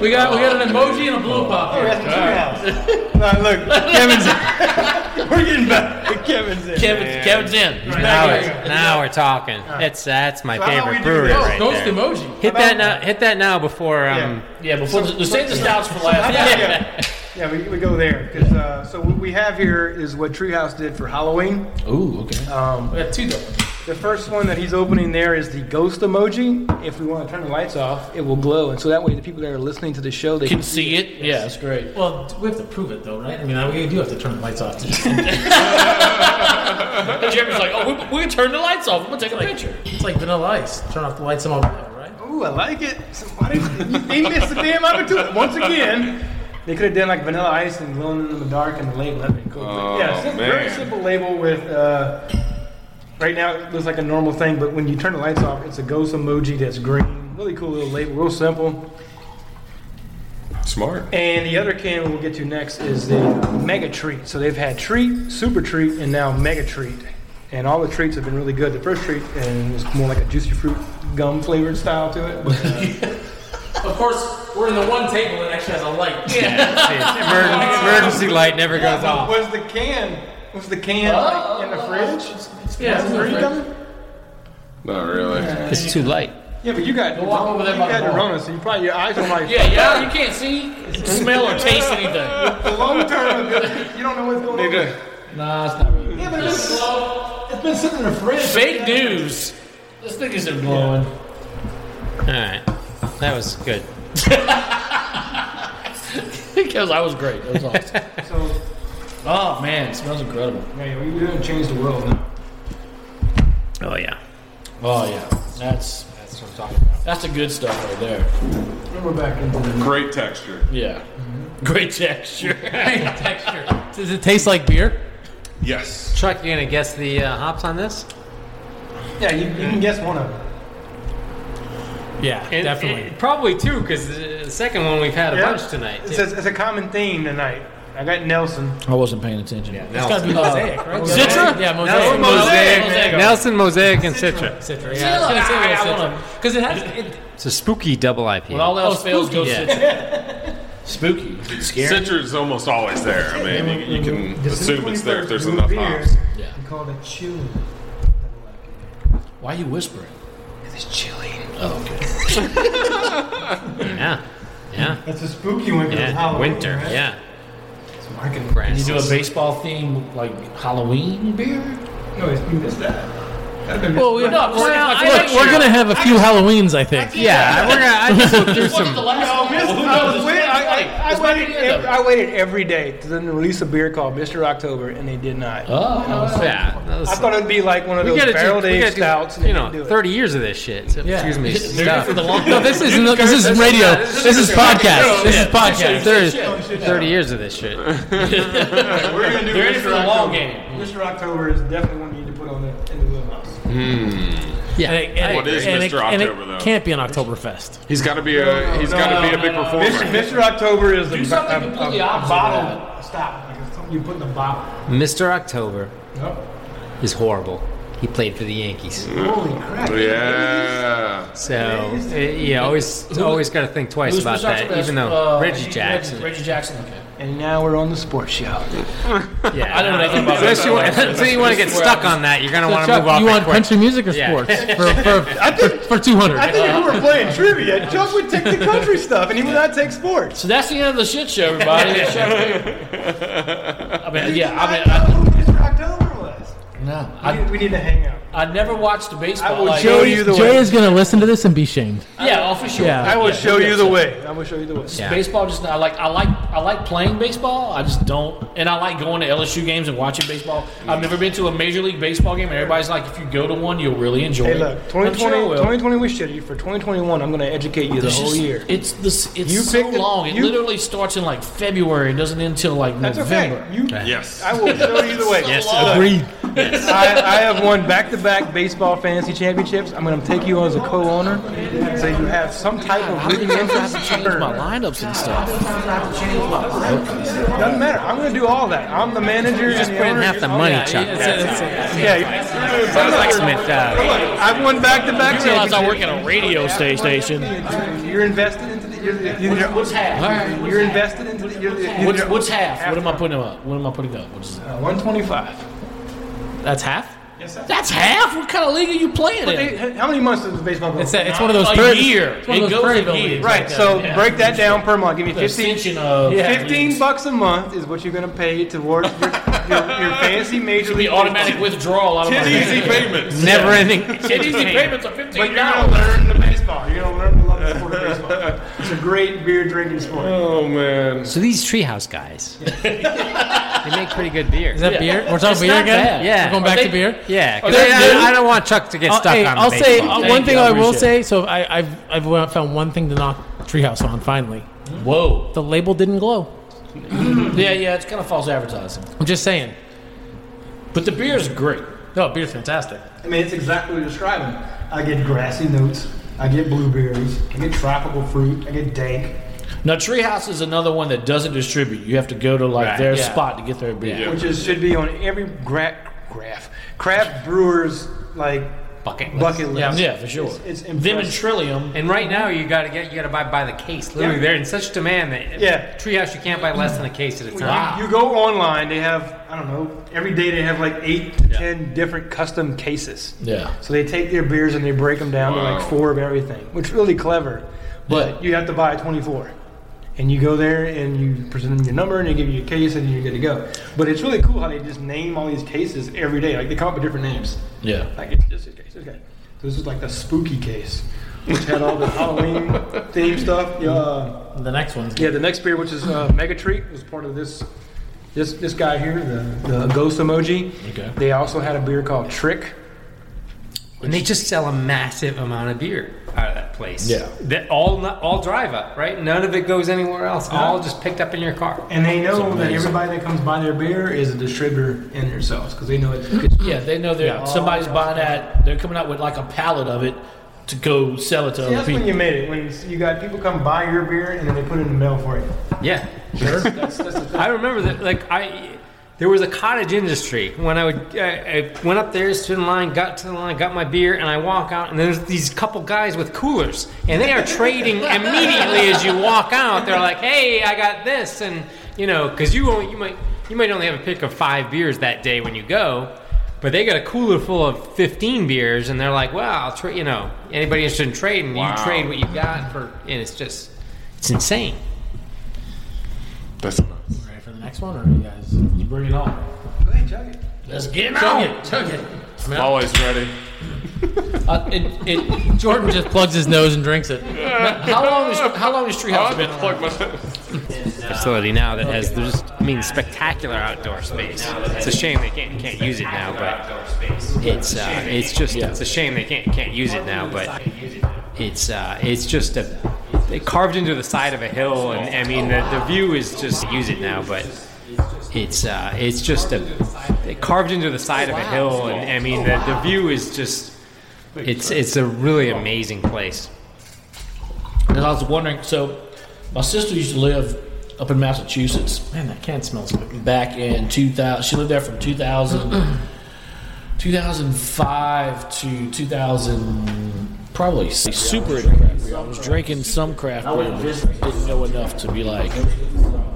S12: We got we got an emoji and a blue pop.
S10: Nah, look,
S13: Kevin's
S10: we're getting back. Kevin's in.
S6: Kevin's, Kevin's in. He's
S11: Now,
S6: back in.
S11: we're, now we're talking. It's that's my
S10: So how about we
S11: favorite
S10: do
S11: brewery
S10: this?
S11: right
S12: Ghost
S11: there.
S12: emoji.
S11: Hit that now. Hit that now before um.
S6: Yeah, before the, save the stouts for
S10: How
S6: last.
S10: about- yeah, yeah we, we go there. 'cause, uh, so what we have here is what Treehouse did for Halloween.
S6: Ooh, okay.
S10: Um,
S12: We got two double.
S10: The first one that he's opening there is the ghost emoji. If we want to turn the lights off, it will glow, and so that way the people that are listening to the show they
S6: Can see it. Yeah, that's great.
S12: Well, we have to prove it though, right? I mean, we do have to turn the lights off.
S6: Jeremy's like, oh, we, we can turn the lights off. I'm gonna take a picture.
S12: it's like vanilla ice. Turn off the lights and all that, right?
S10: Ooh, I like it. So why did you, they missed the damn opportunity once again? They could have done like vanilla ice and glowing in the dark and the label. That'd been cool. But
S9: Oh,
S10: yeah, sim- very
S9: man.
S10: simple label with. Uh, right now it looks like a normal thing, but when you turn the lights off, it's a ghost emoji that's green. Really cool little label, real simple.
S9: Smart.
S10: And the other can we'll get to next is the Mega Treat. So they've had Treat, Super Treat, and now Mega Treat. And all the treats have been really good. The first treat and was more like a juicy fruit gum flavored style to it. But, uh,
S12: Of course, we're in the one table that actually has a light.
S11: Emergency, emergency light never goes off.
S10: was the can was the can like, in the fridge?
S12: Yeah, it's in the
S10: Free
S12: fridge.
S10: gum?
S9: Not really.
S11: It's too light.
S10: Yeah, but you got you,
S12: walk over there by
S10: had
S12: the
S10: the
S12: wall.
S10: Rona, so you probably your eyes are like
S6: Yeah, yeah. You can't see, smell, or taste anything.
S10: the long term. You don't know what's going on.
S6: Nah, it's not really.
S10: Yeah, but it's been slow. It's been sitting in the fridge.
S6: Fake news. This thing isn't glowing.
S11: All right, that was good.
S6: Because I was great. That was awesome.
S10: So
S6: Oh man, it smells incredible.
S10: yeah, we didn't change the world. Now.
S11: Oh yeah.
S6: Oh yeah, that's
S11: That's what I'm talking about.
S6: that's the good stuff right there.
S10: And we're back into the
S9: Great texture.
S6: Yeah, Mm-hmm. great texture.
S12: texture. Does it taste like beer?
S9: Yes.
S11: Chuck, you gonna guess the uh, hops on this?
S10: Yeah, you, you can guess one of them.
S12: Yeah,
S11: And-
S12: definitely.
S11: and probably two, because the the second one we've had a
S10: Yeah.
S11: bunch tonight.
S10: It's a, it's a common theme tonight. I got Nelson.
S6: I wasn't paying attention.
S12: it's got to be mosaic, right?
S6: Citra?
S12: Yeah,
S11: Nelson
S12: mosaic.
S11: Mosaic,
S6: Mosaic.
S11: Nelson Mosaic, and Citra.
S12: Citra.
S6: See, look, I- I wanna-
S12: Because it has. It,
S11: It's a spooky double IPA.
S6: When all else
S12: Oh,
S6: fails, go
S12: spooky.
S11: Yeah.
S6: Citra. Spooky.
S9: Citrus is almost always there. I mean, you, you can assume it's there if there's enough hops.
S6: Yeah.
S10: We call it chewing.
S6: Why are you whispering?
S10: It's chilling.
S6: Oh, okay.
S11: yeah, yeah,
S10: That's a spooky one. 'cause it's
S11: yeah.
S10: Halloween,
S11: Winter,
S10: right?
S11: yeah.
S10: So
S6: Marketing. Can
S11: Brand
S6: you do a
S11: system.
S6: baseball theme like Halloween beer? No, it's missed that.
S12: Well, we-
S6: no,
S12: well,
S6: I'm
S12: I-
S6: saying-
S12: look, we're gonna have a few Halloweens, I think.
S11: Yeah, we're gonna. I just looked through
S6: Look at
S11: some.
S6: the last
S10: No,
S6: one.
S10: Mr.
S6: Who
S10: I
S6: knows?
S10: was
S6: It's
S10: waiting- I, I-
S6: 2020.
S10: I
S6: It's not
S10: waited.
S6: the end of
S10: ev-
S6: it.
S10: I waited every day to then release a beer called Mr. October, and they did not.
S6: Oh,
S10: And I was-
S11: Yeah, that was-
S10: I thought it'd be like one of
S11: We
S10: those
S11: gotta
S10: barrel
S11: do, we
S10: aged
S11: gotta do,
S10: stouts. and
S11: you
S10: they
S11: know,
S10: didn't do it.
S11: thirty years of this shit. So,
S12: Yeah.
S11: Excuse me.
S12: They're
S11: stuff.
S12: here for the long-
S11: no, this is this
S12: This
S11: is
S12: is
S11: radio.
S12: radio. This is podcast. This is podcast.
S11: Thirty, 30 years of this shit.
S10: We're gonna do
S6: They're in
S10: Mr.
S6: it for the long
S10: October.
S6: game.
S10: Mr. October is definitely one you need to put on the in the wheelhouse.
S12: Yeah. And it, and
S9: What
S12: it-
S9: is
S12: and it-
S9: Mr.
S12: and it
S9: October, though?
S12: Can't be an Oktoberfest.
S9: He's got to be a he's got to be a big performer.
S10: Mr. Mr. October is a,
S6: Do something
S10: a- a-
S6: completely
S10: a
S6: opposite of
S10: bottle. Stop. Like it's something you put in a bottle.
S11: Mr. October
S12: Oh.
S10: Nope.
S11: is horrible. He played for the Yankees,
S12: Mm-hmm.
S10: Holy crap.
S9: Yeah.
S11: so uh, you always always got to think twice
S6: Who's
S11: about
S6: Mr.
S11: that.
S6: October?
S11: Even though
S6: Uh,
S11: Reggie Jackson,
S6: Reggie Jackson. Okay.
S10: And now we're on the sports show.
S11: yeah,
S6: I don't know nothing about
S11: Unless you,
S6: that.
S11: unless you want to get stuck on that, you're gonna
S12: So,
S11: want to
S12: Chuck,
S11: move off.
S12: you
S11: that
S12: want
S11: quick.
S12: country music or
S11: Yeah.
S12: sports for for, for, for two
S10: I
S12: hundred?
S10: think if we were playing trivia, Chuck would take the country stuff and he would not take sports.
S6: So that's the end of the shit show, everybody. I mean, yeah, I mean,
S10: know who Mr. October was.
S6: I, no,
S10: We
S6: I,
S10: need- we need to hang out.
S6: I never watched a baseball.
S10: I will
S6: like,
S10: show you the
S12: Jay
S10: way.
S12: is gonna listen to this and be shamed.
S6: Yeah, oh, for sure.
S12: Yeah.
S10: I will
S6: Yeah,
S10: show
S6: yeah,
S10: you the
S6: so-
S10: way. I will show you the way.
S11: Yeah.
S6: Baseball just not like I like I like playing baseball. I just don't, and I like going to LSU games and watching baseball. I've never been to a major league baseball game, and everybody's like, if you go to one, you'll really enjoy
S10: Hey,
S6: it.
S10: look,
S6: I'm sure I
S10: 2020,
S6: will.
S10: 2020 was shitty. For 2021, I'm going to educate you the
S6: It's
S10: whole
S6: just-
S10: year.
S6: It's this. It's
S10: You
S6: so
S10: picked it-
S6: long. It
S10: you-
S6: literally starts in like February and doesn't end until like
S10: That's
S6: November.
S10: okay. You,
S9: Yes.
S10: I will show you the way. yes,
S12: Agreed.
S10: I, I have won back-to-back baseball fantasy championships. I'm going to take you on as a co-owner, so you have some type of rooting interest.
S6: Change my Oh, lineups and stuff.
S10: Doesn't matter. I'm going to do all that. I'm the manager. Just
S11: Put in half the money, Chuck.
S10: Yeah.
S11: Sounds like some, uh,
S10: I've won back-to-back.
S6: Realize I work
S10: championships.
S6: at a radio sta- station.
S10: You're invested into the. You're, the- you're,
S6: What's half?
S10: you're invested into the. You're, the- you're, Uh,
S6: What's, what's half? What am I putting up? What am I putting up? What is it?
S10: 125.
S12: That's half.
S6: That's half. What kind of league are you playing in?
S10: Hey, How many months does the baseball go?
S12: It's a, it's one of those
S6: A
S12: prairie-
S6: year.
S12: It's one
S6: It
S12: of those
S6: goes
S12: prairie
S6: a year.
S12: buildings.
S10: right.
S6: like
S10: So
S6: that, yeah.
S10: break that down per month. Give me
S6: The
S10: 15.
S6: extension of
S12: Yeah.
S10: 15 bucks a month is what you're going to pay towards your, your, your fancy major
S6: the
S10: league.
S6: automatic withdrawal out of my
S9: Ten easy payments.
S11: never ending.
S6: Ten easy payments of
S10: But
S6: fifteen
S10: you're going to
S6: dollars.
S10: learn the baseball. You're going to learn to love the sport of baseball. It's a great beer drinking sport.
S9: Oh man.
S11: So these treehouse guys, they make pretty good beer.
S12: Is that
S6: Yeah.
S12: beer? We're talking
S6: It's
S12: beer
S6: not
S12: again.
S6: bad.
S11: Yeah.
S12: We're going back
S6: Are
S12: to
S6: Oh, they-
S12: beer.
S11: Yeah, 'cause
S12: They're-
S11: I,
S12: they're-
S11: I, I don't want Chuck to get
S12: I'll,
S11: stuck
S12: Oh, hey,
S11: on.
S12: I'll say
S11: baseball.
S12: uh,
S6: Thank
S12: one
S6: you,
S12: thing
S6: I
S12: I will
S6: appreciate
S12: say. So I, I've I've uh, found one thing to knock Treehouse on. Finally,
S6: Whoa.
S12: the label didn't glow.
S6: Yeah, yeah. It's kind of false advertising.
S12: I'm just saying.
S6: But the beer is great.
S12: No, beer's fantastic.
S10: I mean, it's exactly what you're describing. I get grassy notes. I get blueberries. I get tropical fruit. I get dank.
S6: Now Treehouse is another one that doesn't distribute. You have to go to like
S11: Right.
S6: their
S12: Yeah.
S6: spot to get their beer.
S10: which is, should be on every gra- graph, craft brewers like
S11: Bucket list.
S10: bucket list.
S6: Yeah, for sure.
S10: It's, it's
S6: Them and
S10: impressive.
S6: Trillium.
S11: And right now, you got to get you got to buy by the case. Literally,
S10: Yeah.
S11: they're in such demand that
S10: Yeah.
S11: treehouse you can't buy less than a case at a time.
S10: You, you go online, they have I don't know. Every day they have like eight to ten different custom cases.
S6: Yeah.
S10: So they take their beers and they break them down to
S9: Wow.
S10: like four of everything, which is really clever. But you have to buy twenty four. And you go there and you present them your number and they give you a case and you're good to go. But it's really cool how they just name all these cases every day. Like they come up with different names.
S6: Yeah.
S10: Like it's just a case. Okay. So this is like the spooky case, which had all the Halloween theme stuff. Yeah, uh,
S12: The next one's
S10: yeah. The next beer, which is uh, Mega Treat, was part of this. This this guy here, the, the ghost emoji.
S6: Okay.
S10: They also had a beer called Trick.
S11: And they just sell a massive amount of beer out of that place.
S6: Yeah.
S11: that all all drive up, right? None of it goes anywhere else. All just picked up in your car.
S10: And they know that everybody that comes by their beer is a distributor in themselves because they know it's good.
S6: Yeah, they know they're somebody's buying that. They're coming out with like a pallet of it to go sell it to other
S10: That's when
S6: people.
S10: you made it. When you got people come buy your beer and then they put it in the mail for you.
S11: Yeah, sure. I remember that. Like I, there was a cottage industry when I would I, I went up there, stood in line, got to the line, got my beer, and I walk out, and there's these couple guys with coolers, and they are trading immediately as you walk out. They're like, "Hey, I got this," and you know, because you only, you might you might only have a pick of five beers that day when you go. But they got a cooler full of 15 beers, and they're like, "Well, I'll trade." You know, anybody interested in trading, you trade what you got for, and it's just, it's insane.
S9: That's
S6: Ready for the
S12: next one, or you guys? You
S6: bring it on.
S12: Go ahead, chug it.
S6: Let's get it
S12: chug
S6: on.
S12: it. Chug it. I mean, I-
S9: Always ready.
S6: Uh, it, it,
S12: Jordan just plugs his nose and drinks it.
S6: how long is how long has Treehouse Oh, been? around?
S11: facility now that has there's I mean spectacular outdoor space. It's a shame they can't can't use it now, but it's uh, it's just it's a shame they can't can't use it now, but it's uh, it's just a it carved into the side of a hill, and I mean the, the view is just use it now, but it's uh, it's just a it carved into the side of a hill, and I mean the, the view is just it's it's a really amazing place.
S6: And I was wondering. So, my sister used to live up in Massachusetts.
S12: Man, that can smells good.
S6: back in 2000 she lived there from 2000 2005 to 2000 probably super into craft beer. I was drinking some craft beer but didn't know enough to be like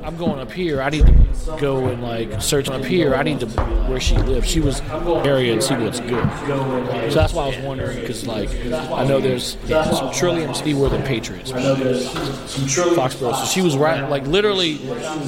S6: I'm going up here I need to go and like search up here I need to where she lived she was area and see what's good so that's why I was wondering because like I know there's some Trillium City where the Patriots Foxborough so she was right like literally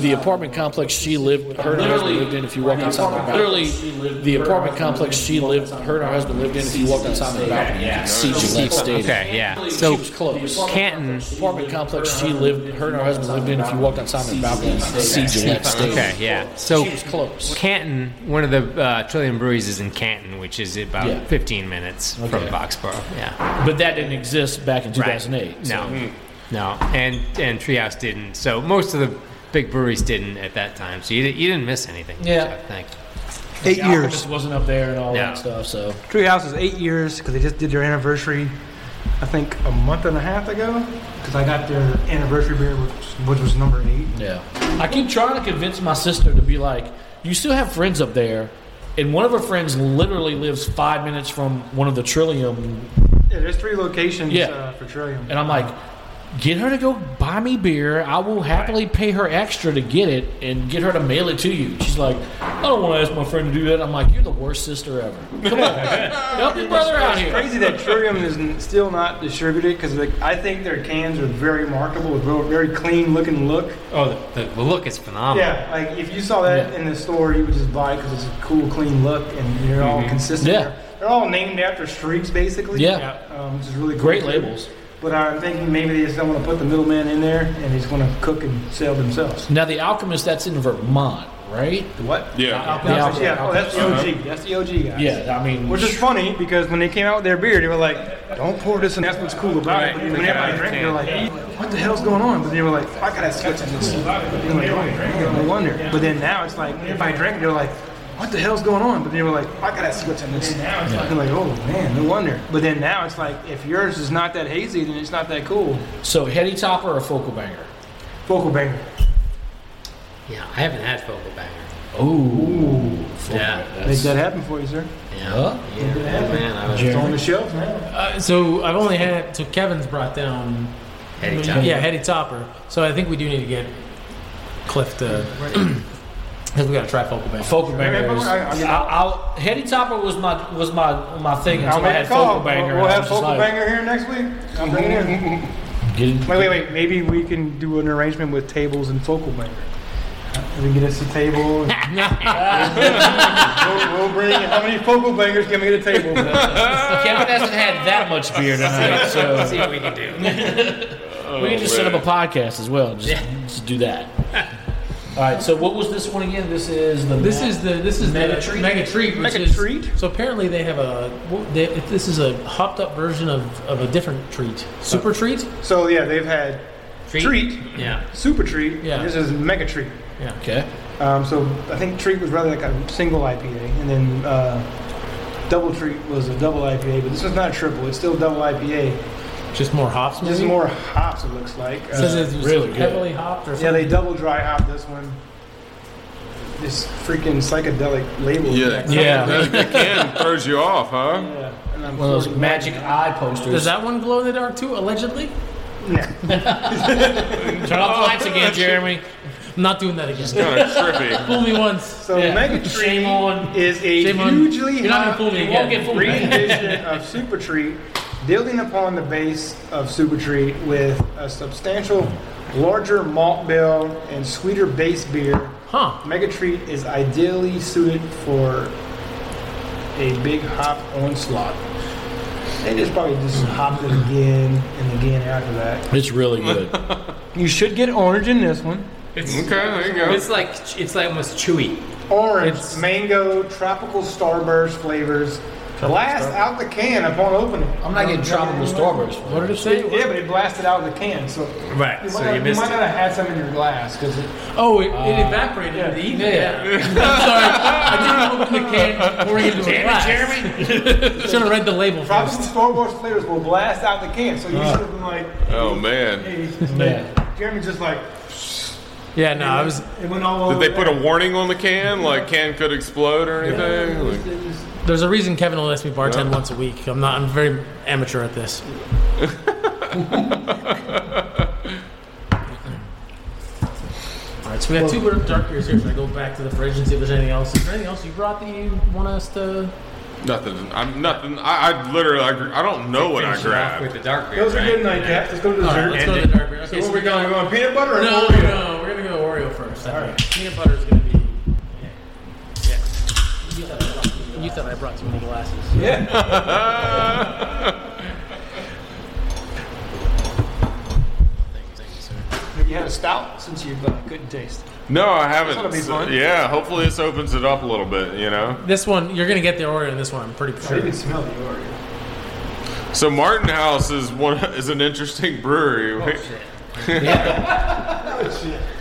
S6: the apartment complex she lived her and her husband lived in if you walk outside the balcony literally the apartment complex she lived her and her husband lived in if you walked outside the balcony you could see Gillette Stadium
S11: Okay, yeah.
S6: so
S11: So
S6: she was close
S11: Canton
S6: apartment complex she lived her and her husband lived in if you walked outside the balcony you could see Gillette Stadium
S11: Okay, yeah. So
S6: she was close
S11: Canton, one of the uh, Trillium Breweries is in Canton, which is about
S6: Yeah.
S11: 15 minutes from
S6: Okay.
S11: Foxborough. Yeah.
S6: but that didn't exist back in 2008
S11: No.
S6: so- Hmm.
S11: No. And and Treehouse didn't. So most of the big breweries didn't at that time. So you, di- you didn't miss anything.
S6: Yeah.
S11: I think.
S3: Eight
S6: The
S3: years.
S6: Alchemist wasn't up there and all
S11: No.
S6: that stuff. So
S10: Treehouse is eight years because they just did their anniversary, I think a month and a half ago. Because I got their anniversary beer, which, which was number eight.
S6: yeah, I keep trying to convince my sister to be like, you still have friends up there, and one of her friends literally lives five minutes from one of the Trillium,
S10: Yeah, there's three locations
S6: Yeah.
S10: uh, for Trillium.
S6: and I'm like. Get her to go buy me beer. I will happily pay her extra to get it and get her to mail it to you. She's like, I don't want to ask my friend to do that. I'm like, you're the worst sister ever. Come on, help your brother out
S10: It's
S6: here.
S10: crazy that Trillium is n- still not distributed because like, I think their cans are very marketable, with real- very clean looking look.
S11: Oh, the, the look is phenomenal.
S10: Yeah, like if you saw that in the store, you would just buy it because it's a cool, clean look, and they're all consistent.
S6: Yeah.
S10: They're all named after streets, basically.
S6: Yeah.
S10: Um, which is really cool.
S6: Great labels.
S10: But I'm thinking maybe they just don't want to put the middleman in there, and he's going to cook and sell themselves.
S6: Now, the Alchemist, that's in Vermont, right?
S10: The what?
S9: Yeah.
S10: The
S6: Yeah.
S10: Alchemist, yeah. Oh, that's the OG. That's the OG guy.
S6: Yeah, I mean,
S10: Which is funny because when they came out with their beer, they were like, "Don't pour this," and that's what's cool about it. But when everybody drank, it, they were like, "What the hell's going on?" But they were like, "I gotta switch in this." And they were like, "Oh, No wonder. But then now it's like everybody drank, it, they were like, "What the hell's going on?" But they were like, "I gotta switch in this." And now it's like, like, "Oh man, no wonder." But then now it's like, if yours is not that hazy, then it's not that cool.
S6: So heady topper or focal banger?
S10: Focal banger.
S11: Yeah, I haven't had Focal Banger.
S6: Oh,
S11: Yeah.
S10: Make that happen for you, sir.
S6: yeah.
S11: Yeah, man. I was
S10: It's on the shelf now.
S12: Uh, so I've only had. So Kevin's brought down.
S11: Heady Topper.
S12: Yeah, Heady Topper. So I think we do need to get Cliff to. Because we got to try Focal Bank.
S6: Focal banger.
S10: Remember,
S6: is-
S10: I- I-
S6: I'll, I'll, heady topper was my was my my thing
S10: I'll
S6: until I
S10: make a
S6: had
S10: call.
S6: focal
S10: We'll,
S6: banger.
S10: we'll
S6: I
S10: have
S6: was just
S10: focal
S6: like,
S10: banger here next week. I'm bringing it.
S6: Get,
S10: Wait, wait, wait. Maybe we can do an arrangement with tables and focal banger. We can get us a table. and- we'll, we'll bring how many focal bangers can we get a table?
S6: Kevin hasn't had that much beer tonight, so see what we can do. we
S11: Oh,
S6: can just set up a podcast as well. Just, just do that. All right. So what was this one again? This is the
S12: This is the this is
S6: Mega
S12: the
S6: Treat?
S12: Mega Treat. Which
S10: Mega
S12: is,
S10: Treat?
S12: So apparently they have a they, this is a hopped up version of, of a different treat. Super treat.
S10: so yeah, they've had treat,
S11: Yeah.
S10: super treat.
S12: Yeah.
S10: This is mega treat.
S12: Yeah.
S6: okay.
S10: Um, so I think treat was rather like a single IPA, and then uh, double treat was a double IPA. But this was not a triple. It's still double IPA.
S12: Just more hops. Maybe?
S10: Just more hops. It looks like. Uh,
S12: It Mm-hmm. says it's
S6: Really good.
S12: heavily hopped or
S10: Yeah,
S12: something.
S10: they double dry hop this one. This freaking psychedelic label.
S9: Yeah.
S6: Yeah.
S9: That, that can throws you off, huh?
S10: Yeah, and I'm
S6: One of those
S10: 41.
S6: magic eye posters.
S12: Does that one glow in the dark too? Allegedly. Oh,
S6: Turn off the lights again, Jeremy.
S12: I'm not doing that again.
S9: Kind of trippy.
S12: Fool me once.
S10: So
S6: Yeah.
S10: Mega Treat
S6: Shame on-
S10: is a
S12: shame on-
S10: hugely
S12: You're not gonna
S10: high
S12: fool me
S6: You won't get
S12: again.
S6: fooled.
S10: reedition of Super Treat, building upon the base of Super Treat with a substantial larger malt bill and sweeter base beer
S12: Huh.
S10: Mega Treat is ideally suited for a big hop onslaught. They just probably just hopped it again and again after that.
S6: It's really good.
S10: you should get orange in this one.
S11: It's, It's like it's like almost chewy.
S10: Orange, mango, tropical starburst flavors. Blast out the can upon opening.
S6: I'm not getting tropical starburst. What did it say?
S10: Yeah, but it blasted out of the can, so
S11: Right,
S10: You might,
S11: so
S10: not,
S11: you missed
S10: might
S11: it.
S10: not have had some in your glass because it,
S12: Oh, it, it evaporated in the evening. Yeah. I'm sorry. I didn't open the can pouring into a glass. Should have read the label
S10: Probably
S12: first.
S10: some Star Wars flavors will blast out the can, so you should have been like,
S9: Oh man.
S10: hey, Jeremy's just like,
S12: Yeah, no, I was.
S10: it went all
S9: Did
S10: over.
S9: they put a warning on the can? Like can could explode or anything? Like-
S12: There's a reason Kevin will ask me bartend once a week. I'm not. I'm very amateur at this. All right, so we have two little dark beers here. Should I go back to the fridge and see if there's anything else? Is there anything else you brought that you want us to?
S9: Nothing. I'm nothing. I, I literally. I, gr- I don't know what I
S11: Finish it off
S9: grabbed.
S11: with the dark beer.
S10: Those are
S11: right?
S10: good nightcaps. Let's go to
S12: All right, let's
S10: dessert.
S12: go to the dark beer. Okay,
S10: So what we going? We going peanut butter or
S12: No,
S10: Oreo?
S12: no, we're gonna go Oreo first. I think. Peanut butter is gonna be. Yeah. You thought I brought- You thought I brought too many glasses.
S10: Yeah. Have you had a stout since you uh, couldn't taste?
S9: No, I haven't.
S10: This'll be
S9: So-
S10: fun.
S9: yeah, hopefully this opens it up a little bit. You know.
S12: This one, you're gonna get the Oreo in this one. I'm pretty
S10: You
S12: sure.
S10: can smell the Oreo.
S9: So Martin House is one is an interesting
S6: Oh,
S9: brewery. they, they're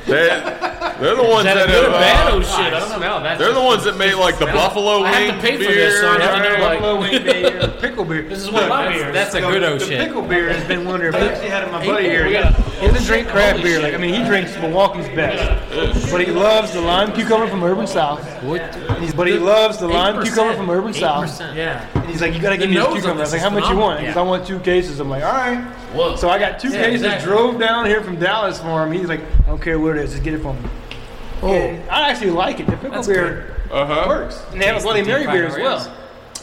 S9: the ones
S6: Is
S9: that,
S6: that a good
S9: have.
S6: or bad?
S9: uh,
S6: Oh shit! I don't know.
S11: smell. That's
S9: they're the ones that made like the buffalo
S6: I
S9: wing
S6: have to pay
S9: beer.
S6: for this, son. I
S9: right?
S6: know, like-
S10: Buffalo wing beer, pickle beer.
S6: This is one of my beers.
S11: That's a good oh
S10: the
S11: shit.
S10: pickle beer has been one of their. I actually had it in my buddy here.
S6: we
S10: He
S6: got-
S10: doesn't drink craft
S6: holy
S10: beer.
S6: shit.
S10: Like I mean, he drinks Milwaukee's best, but he loves the lime cucumber from Urban South. And he's, but he loves the lime
S12: 8%,
S10: cucumber from Urban South.
S12: 8%. Yeah.
S10: And he's like, you gotta give me
S12: The nose
S10: this
S12: on
S10: cucumber. I was
S12: this
S10: like,
S12: is
S10: how much you
S12: phenomenal.
S10: want? Because I want two cases. I'm like, all right.
S6: Whoa.
S10: So I got two
S12: Yeah,
S10: cases.
S12: exactly.
S10: Drove down here from Dallas for him. He's like, I don't care what it is, just get it for me.
S12: Oh.
S10: And I actually like it. The pickle
S12: That's
S10: beer
S9: Uh-huh.
S10: works, and they have a Bloody Mary beer as well.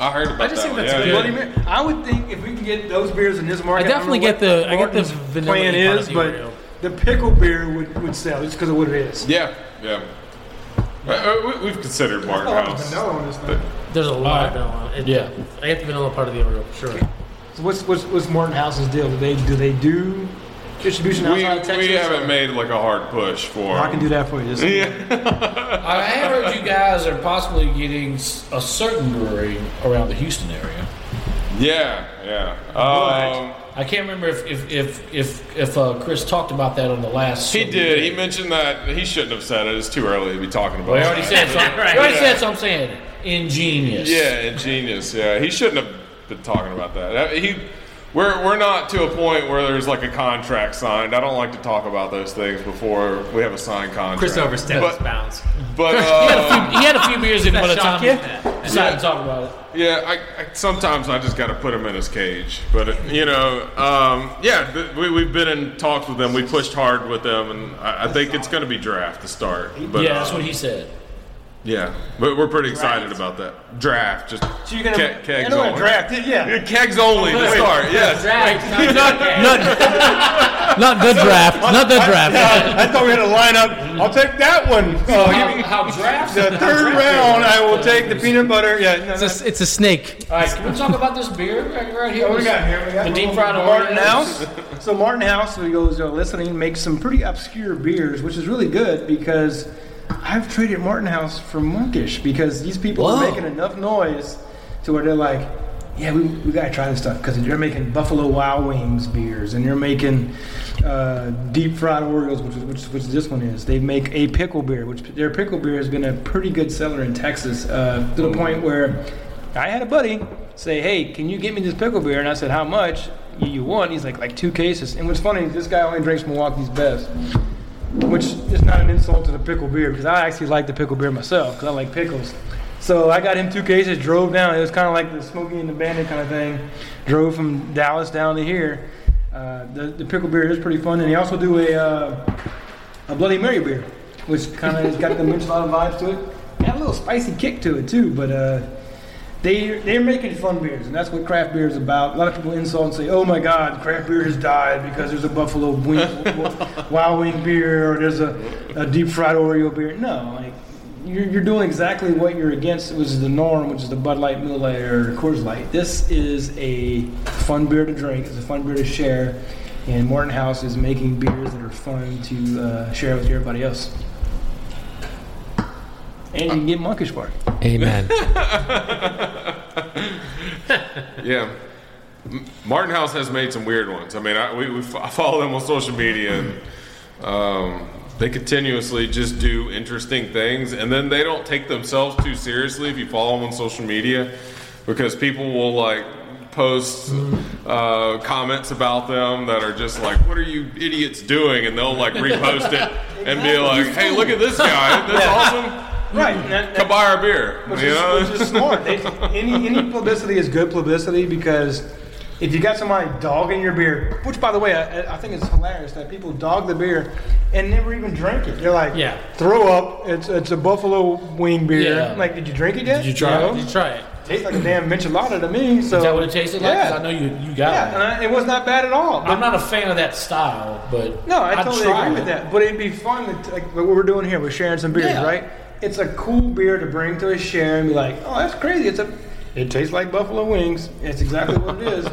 S9: I heard about
S12: I just
S9: that.
S12: think
S9: one.
S12: that's
S9: yeah,
S12: good.
S9: yeah.
S10: Bloody Mary. I would think if we can get those beers in this
S12: I
S10: market,
S12: definitely get the. I get the vanilla
S10: plan
S12: part of
S10: is,
S12: the
S10: but
S12: Oreo.
S10: the pickle beer would, would sell just because of what it is.
S9: Yeah, yeah. Uh, uh, we, we've considered Martin
S10: Oh,
S9: House.
S10: vanilla on this thing.
S12: There's a lot
S6: Alright.
S12: of vanilla. It,
S6: Yeah.
S12: I get the vanilla part of the Oreo for sure.
S10: So what's, what's what's Morton House's deal? Do they do they do distribution
S9: We,
S10: outside of Texas?
S9: we haven't made like a hard push for.
S10: I can do that for you. Just
S6: I have heard you guys are possibly getting s- a certain brewery around the Houston area.
S9: Yeah, yeah. Um,
S6: I can't remember if if if if, if uh, Chris talked about that on the last.
S9: he
S6: show.
S9: did. He mentioned that he shouldn't have said it. It's too early to be talking about.
S6: Well,
S9: it.
S6: he already said something.
S11: Right.
S6: He already
S9: Yeah.
S6: said something. Saying ingenious.
S9: Yeah, ingenious. Yeah, he shouldn't have been talking about that. That- He, we're we're not to a point where there's like a contract signed. I don't like to talk about those things before we have a signed contract.
S11: Chris overstepped his
S9: But,
S11: bounds.
S9: but
S6: He had, a
S9: uh,
S6: few, he had a few beers in by the time
S11: shocking?
S6: he decided to talk about it.
S9: yeah, I, I sometimes I just got to put him in his cage. But uh, you know, um, yeah, th- we we've been in talks with them. We pushed hard with them, and I, I think it's going to be draft to start. But
S6: yeah,
S9: uh,
S6: that's what he said.
S9: yeah, but we're pretty excited about that draft. Just
S10: so you're gonna
S9: ke- kegs
S10: I know what a
S9: only.
S10: draft is, yeah.
S9: Kegs only to start. Yes.
S13: Not the draft. Not the draft.
S2: I thought we had a lineup. I'll take that one. Oh, give me-
S6: How drafts?
S2: the third round, I will take the peanut butter. Yeah, no, no.
S12: It's a, it's a snake.
S6: All right, can we talk about this beer right, right here?
S10: What we got here? We got
S6: the deep fried
S10: Martin
S6: Oreos.
S10: House. So Martin House, who goes uh, listening, makes some pretty obscure beers, which is really good because I've traded Martin House for Monkish because these people are
S12: Whoa.
S10: making enough noise to where they're like, yeah, we, we gotta try this stuff because they're making Buffalo Wild Wings beers and they're making uh, deep fried Oreos, which, is- which which this one is. They make a pickle beer, which their pickle beer has been a pretty good seller in Texas uh,
S6: Mm.
S10: to the point where I had a buddy say, "Hey, can you get me this pickle beer?" And I said, "How much you, you want?" He's like, "Like two cases." And what's funny is this guy only drinks Milwaukee's best, which is not an insult to the pickle beer because I actually like the pickle beer myself because I like pickles. So I got him two cases, drove down. It was kind of like the Smokey and the Bandit kind of thing. Drove from Dallas down to here. Uh, the, the pickle beer is pretty fun, and they also do a uh, a Bloody Mary beer, which kind of has got the michelada vibes to it. Had a little spicy kick to it too, but uh, They they're making fun beers, and that's what craft beer is about. A lot of people insult and say, "Oh my God, craft beer has died because there's a buffalo wing, wild wing beer, or there's a, a deep fried Oreo beer." No, like you're, you're doing exactly what you're against, which is the norm, which is the Bud Light, Miller Light, or Coors Light. This is a fun beer to drink. It's a fun beer to share, and Morton House is making beers that are fun to uh, share with everybody else. And you can get monkish bar.
S11: Amen.
S9: yeah. M- Martin House has made some weird ones. I mean, I, we, we fo- I follow them on social media, and um, they continuously just do interesting things. And then they don't take themselves too seriously if you follow them on social media, because people will like post
S2: Mm-hmm.
S9: uh, comments about them that are just like, "What are you idiots doing?" And they'll like repost it and be like, "Hey, look at this guy! That's
S10: Yeah.
S9: awesome."
S10: Right. and that-
S9: Come buy our beer.
S10: Which
S9: you
S10: is,
S9: know?
S10: which is smart. They, any any publicity is good publicity because if you got somebody dogging your beer, which by the way, I, I think it's hilarious that people dog the beer and never even drink it. They're like,
S12: Yeah.
S10: throw up. It's it's a buffalo wing beer.
S6: Yeah.
S10: I'm like, did you drink it yet?
S6: Did you try
S10: No.
S6: it? Did you try it?
S10: Tastes like a damn michelada to me. So
S6: Is that what it tasted like? 'Cause
S10: Yeah.
S6: I know you, you got
S10: yeah,
S6: it.
S10: and I, it was not bad at all.
S6: I'm not a fan of that style, but
S10: No, I
S6: I'd
S10: totally
S6: try
S10: agree
S6: it.
S10: with that. But it'd be fun to, like what we're doing here. We're sharing some beers,
S6: Yeah.
S10: right? It's a cool beer to bring to a share and be like, oh, that's crazy. It's a, it tastes like buffalo wings. It's exactly what it is.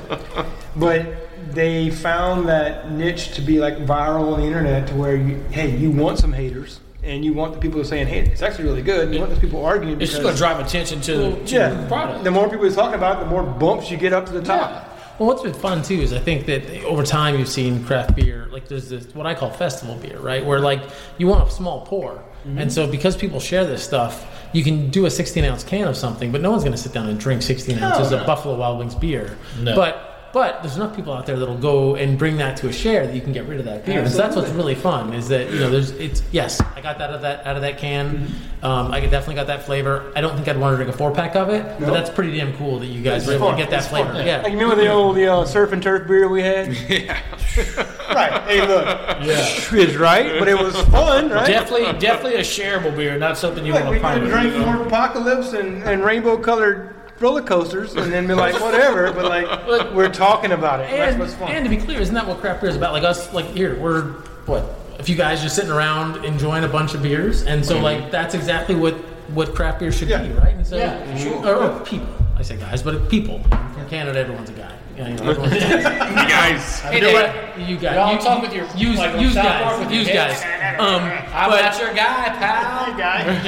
S10: But they found that niche to be like viral on the internet, to where you, hey, you want some haters and you want the people who are saying, hey, it's actually really good. And you want those people arguing.
S6: It's just going
S10: because-
S6: to drive attention to, to
S10: yeah,
S6: the product.
S10: The more people you talk about, it, the more bumps you get up to the top.
S12: Well, what's been fun too is I think that over time you've seen craft beer like there's this what I call festival beer, right? Where like you want a small pour,
S10: Mm-hmm.
S6: Mhm.
S12: and so because people share this stuff, you can do a 16 ounce can of something, but no one's going to sit down and drink 16
S6: No,
S12: ounces
S6: no.
S12: of Buffalo Wild Wings beer.
S6: No.
S12: But but there's enough people out there that'll go and bring that to a share that you can get rid of that beer. So that's what's
S6: Absolutely.
S12: really fun is that you know there's it's yes I got that out of that out of that can. Um, I definitely got that flavor. I don't think I'd want to drink a four pack of it, but
S10: No.
S12: that's pretty damn cool that you guys
S10: It's
S12: were able to
S10: fun.
S12: get that
S10: It's
S12: flavor.
S10: fun.
S12: Yeah.
S10: Like, you remember the old the, uh, surf and turf beer we had? yeah. right. Hey, look. Yeah. It's right, but it was fun, right?
S6: Definitely, definitely a shareable beer, not something you
S10: Like,
S6: want
S10: we
S6: to
S10: could
S6: pirate.
S10: have drank more apocalypse and, and rainbow colored roller coasters and then be like, whatever, but like, we're talking about it. That's
S12: And,
S10: what's fun.
S12: and to be clear, isn't that what craft beer is about? Like us, like here, we're what a few guys just sitting around enjoying a bunch of beers, and so
S10: Mm-hmm.
S6: Mhm.
S12: like that's exactly what what craft beer should be, right? And so,
S6: Yeah, sure.
S10: Mm-hmm.
S12: or, or people. I say guys, but people. In Canada, everyone's a guy. Yeah, you know, everyone's a
S9: You guys.
S12: You know what? You guys.
S6: Y'all
S12: you,
S6: talk with your-
S12: use,
S6: like, on
S12: use
S6: South Park
S12: guys.
S6: with your
S12: Use
S6: heads.
S12: guys. Um,
S6: I'm
S12: but-
S6: not your guy, pal.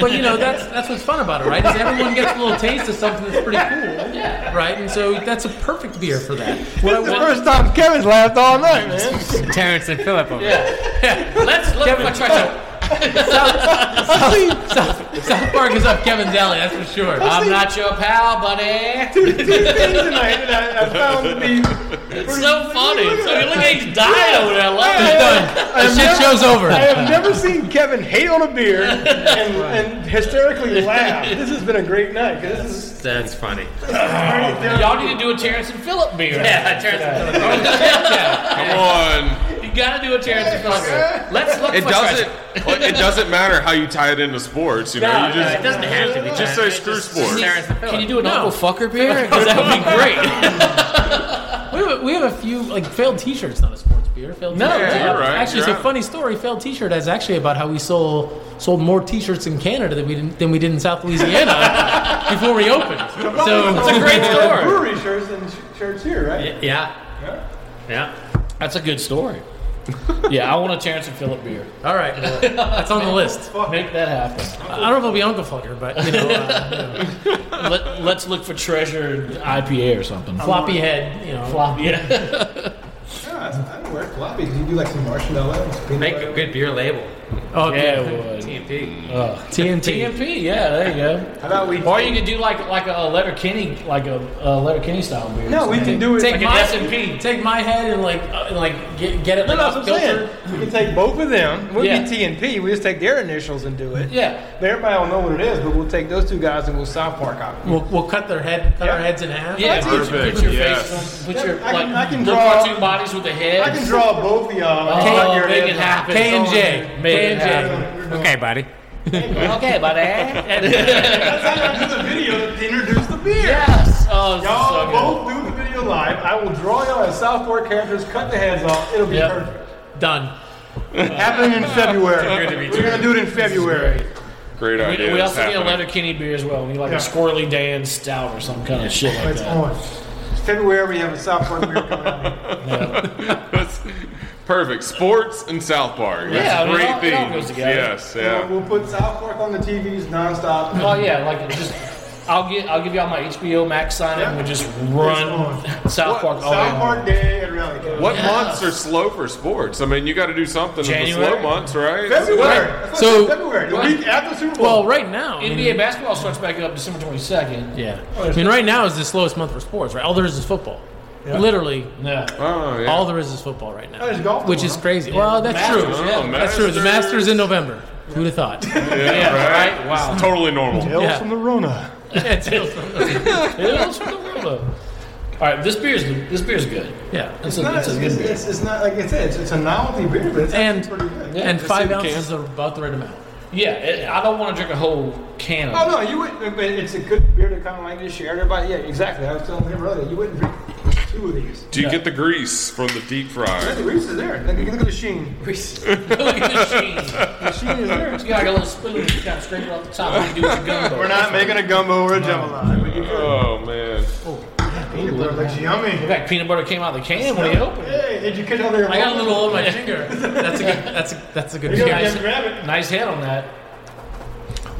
S12: but you know that's that's what's fun about it, right? Is everyone gets a little taste of something that's pretty cool, right? And so that's a perfect beer for that. What I
S10: It's the
S12: want-
S10: first time Kevin's laughed all night, man.
S11: Terrence and Philip over there.
S6: Let's look for treasure.
S12: South, South, South, South Park is up Kevin's alley, that's for sure.
S6: I'm not your pal, buddy.
S10: Two, two things tonight that I, I found to be.
S6: It's so funny. So you look at he's dying over there. I love
S10: He's
S6: it.
S10: done. I
S12: The
S10: have
S12: shit show's over.
S10: I have never seen Kevin hate on a beer and, and hysterically laugh. This has been a great night. 'cause This is
S11: That's funny.
S6: Y'all need to do a Terrence and Phillip beer.
S11: Yeah, Terrence and Phillip.
S9: Come on.
S6: You gotta do a Terrence and Phillip beer. Let's look
S9: It
S6: for
S9: doesn't.
S6: treasure.
S9: well, it doesn't matter how you tie it into sports. You know,
S11: No,
S9: you
S11: no,
S9: just,
S11: it doesn't have to be tied.
S9: Just say
S11: It
S9: screw
S11: just-
S9: sports.
S11: Terrence and
S6: Can you
S11: Phillip.
S6: do an
S12: No.
S6: Uncle Fucker beer? 'Cause that would be great.
S12: We have, a, we have a few like failed T-shirts, not a sports beer. Failed
S6: No,
S12: t-shirts.
S6: yeah, you're right,
S12: Actually,
S9: you're
S12: it's
S9: right.
S12: a funny story. Failed T-shirt is actually about how we sold sold more T-shirts in Canada than we didn't, than we did in South Louisiana before we opened. So
S10: Probably
S12: it's a great
S10: more
S12: story.
S10: Brewery shirts than sh- shirts here, right?
S11: Yeah. Yeah.
S6: That's a good story. Yeah, I want a Terrence and Phillip beer.
S12: All right, well, that's on the list.
S6: Make that happen.
S12: I don't know if it'll be Uncle Fucker, but you know, uh, you know,
S6: Let, let's look for treasure in IPA or something.
S12: floppy head. You know,
S6: Floppy. Yeah.
S10: No, I I don't wear floppy. You do like some marshmallow. and some peanut
S11: Make
S10: butter.
S11: a good beer label.
S12: Oh,
S6: Yeah,
S12: yeah.
S6: it would.
S11: TMP.
S6: Uh,
S12: TNT.
S6: TMP, yeah, there you go.
S10: How about we?
S6: Or you could do like like a letter Kenny like a, a letter Kenny style beer.
S10: no, we can do it.
S12: Take
S6: Like an
S12: my
S6: S&P.
S12: Take my head and like uh, and like get, get it.
S10: no,
S12: like,
S10: no, that's what I'm saying.
S12: filtered.
S10: We can take both of them. We'll
S6: Yeah.
S10: be T and P. We just take their initials and do it.
S6: Yeah.
S10: But Everybody will know what it is, but we'll take those two guys and we'll South Park out.
S12: We'll, we'll cut their head, cut
S10: Yeah.
S12: our heads in half.
S6: Yeah, put your-
S9: Perfect,
S6: Put your
S9: yes.
S6: face on, put
S10: Yeah,
S6: your
S10: I
S6: like
S10: can- I can
S6: the
S10: draw-
S6: cartoon bodies with the
S10: I
S6: heads.
S10: can draw both of y'all. and cut
S6: Oh,
S10: your
S6: make it
S10: heads off.
S6: happen.
S12: K and J.
S6: Make
S12: K
S6: it
S12: and J.
S6: happen.
S11: Okay, buddy.
S6: Okay, buddy.
S10: That's how I do the video to introduce the beer.
S6: yeah, Oh,
S10: y'all both do the video live. I will draw y'all as South Park characters, cut the heads off. It'll be perfect.
S12: Done.
S10: Happening in February. We're gonna do it in February.
S9: Great
S6: We,
S9: idea.
S6: we
S9: It's
S6: also need a
S9: happening.
S6: Letterkenny beer as well. We need like
S10: Yeah.
S6: a Squirrely Dan stout or some kind of shit like
S10: It's
S6: that.
S10: on. February we have a South Park beer coming out.
S9: That's perfect. Sports and South Park. That's
S10: Yeah,
S9: a
S10: it
S9: great
S10: all- it all
S9: theme.
S10: goes together.
S9: yes, yeah.
S10: We'll, we'll put South Park on the TVs nonstop.
S6: Oh yeah, like just I'll get I'll give y'all my HBO Max sign up and we just run South Park all
S10: South
S6: day.
S10: Park Day and Rally Day.
S9: What months are slow for sports? I mean, you got to do something in the
S6: January.
S9: slow months, right?
S10: February.
S6: So-
S10: February, the
S6: What?
S10: week after Super Bowl.
S12: Well, right now, I
S6: NBA
S12: mean,
S6: basketball starts back up December twenty second.
S12: yeah. I mean, right now is the slowest month for sports. Right, all there is is football. Literally,
S6: Yeah.
S9: Oh, yeah.
S12: all there is is football right now,
S10: Oh, there's golf
S12: which
S10: going
S12: is
S10: on.
S12: crazy. Well, that's
S6: Masters,
S12: true.
S6: yeah.
S9: Oh,
S12: That's true. The Masters in November. Who'd have thought?
S9: Yeah, right? Wow. It's totally normal.
S10: Tales
S12: Yeah.
S10: from the Rona.
S12: Yeah, Tales from the-
S6: Tales from the Rona. All right, this beer's this beer's good.
S12: yeah.
S6: It's,
S10: It's
S6: a,
S10: not,
S6: it's
S10: it's,
S6: a good beer.
S10: it's, it's not like I said, it's, it's a novelty beer, but it's
S12: And-
S10: actually pretty good.
S12: and five
S9: the can.
S12: ounces are about the right amount.
S6: Yeah, it, I don't want to drink a whole can of
S10: Oh
S6: it.
S10: no, you wouldn't. But it's a good beer to kind of like just share everybody. Yeah, exactly. I was telling him earlier, you wouldn't drink two of these.
S9: Do you get the grease from the deep
S10: Look,
S9: fry?
S10: the Reese is there. Look, look at the sheen. Reese.
S6: Look at this sheen.
S10: The sheen is there.
S6: You got like a little spoon to kind of scrape it off the top and do with your gumbo.
S10: We're not making a gumbo or a jambalaya. but you can-
S9: Oh, man.
S10: Peanut butter looks yummy.
S6: Like peanut butter came out of the can when you opened it.
S10: Hey, did you catch all their?
S12: I got a little on my finger. That's a good. That's a that's a good.
S10: You gotta
S12: Nice-
S10: just grab it.
S6: Nice head on that.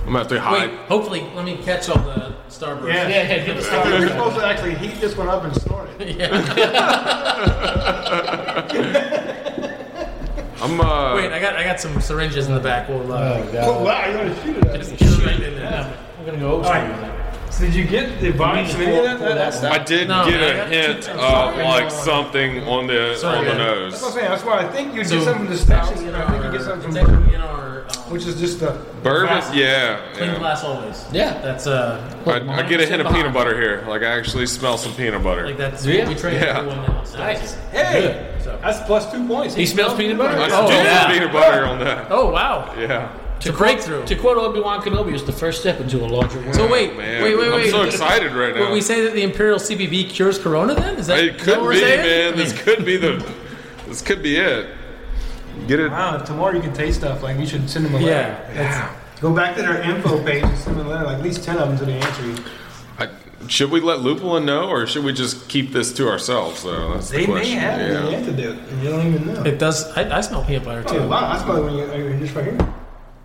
S9: I'm going to have to
S12: Wait,
S9: hide.
S12: hopefully, let me catch all the starburst.
S10: Yeah.
S6: Yeah, yeah, get the
S10: I
S6: star.
S10: think We're supposed to actually heat this one up and snort it.
S9: I'm, uh,
S12: Wait, I got I got some syringes in the back. We'll uh,
S10: Oh, wow, you want to shoot it? At us.
S12: just shoot right in there.
S6: We're gonna go over.
S10: All right. So did you get the box? Did you get that? That's
S9: I did
S12: No,
S9: get
S12: I
S9: a
S12: got-
S9: hint
S12: I'm
S9: of
S12: sorry.
S9: like something on the
S12: Sorry,
S9: on the
S12: man.
S10: that's what I'm
S9: nose.
S10: saying. That's why I think you did
S12: So, uh,
S10: something from the
S12: that's
S10: station.
S12: in
S10: I think you
S12: our,
S10: did something
S12: it's
S10: from
S12: actually in our um,
S10: which is just the
S9: Bourbon,
S10: glass.
S9: yeah.
S12: clean
S9: yeah.
S12: glass always.
S6: Yeah.
S12: that's uh,
S9: I, I get a hint of peanut butter here. Like I actually smell some peanut butter.
S12: like that's
S6: Yeah.
S12: what we train
S9: Yeah.
S12: everyone now. So nice.
S10: Hey,
S12: So.
S10: that's plus two points.
S6: He smells peanut butter.
S9: I
S6: Oh,
S9: do
S12: yeah.
S9: peanut butter on that.
S12: Oh wow,
S9: Yeah.
S12: it's a breakthrough.
S6: To quote Obi Wan Kenobi, it's the first step into a larger world.
S12: So oh, wait,
S9: Man,
S12: wait, wait,
S9: I'm
S12: wait.
S9: so excited right
S12: Would
S9: now.
S12: we say that the imperial CBB cures Corona? Then is that,
S9: it
S12: is that what
S9: could
S12: we're
S9: be,
S12: saying?
S9: man.
S12: I
S9: This
S12: mean,
S9: could be the. This could be it. Get it?
S10: Wow, tomorrow you can taste stuff. Like you should send them a letter.
S12: Yeah,
S10: That's, go back to their info page and send them a letter. Like at least ten of them to the answer.
S9: I, should we let Lupulin know, or should we just keep this to ourselves? Though that's
S10: They
S9: the
S10: may
S9: question.
S10: have the
S9: yeah.
S10: antidote, and you don't even know.
S12: it does. I, I smell peanut butter too.
S10: Oh, wow, I smell it when you when you're just right here.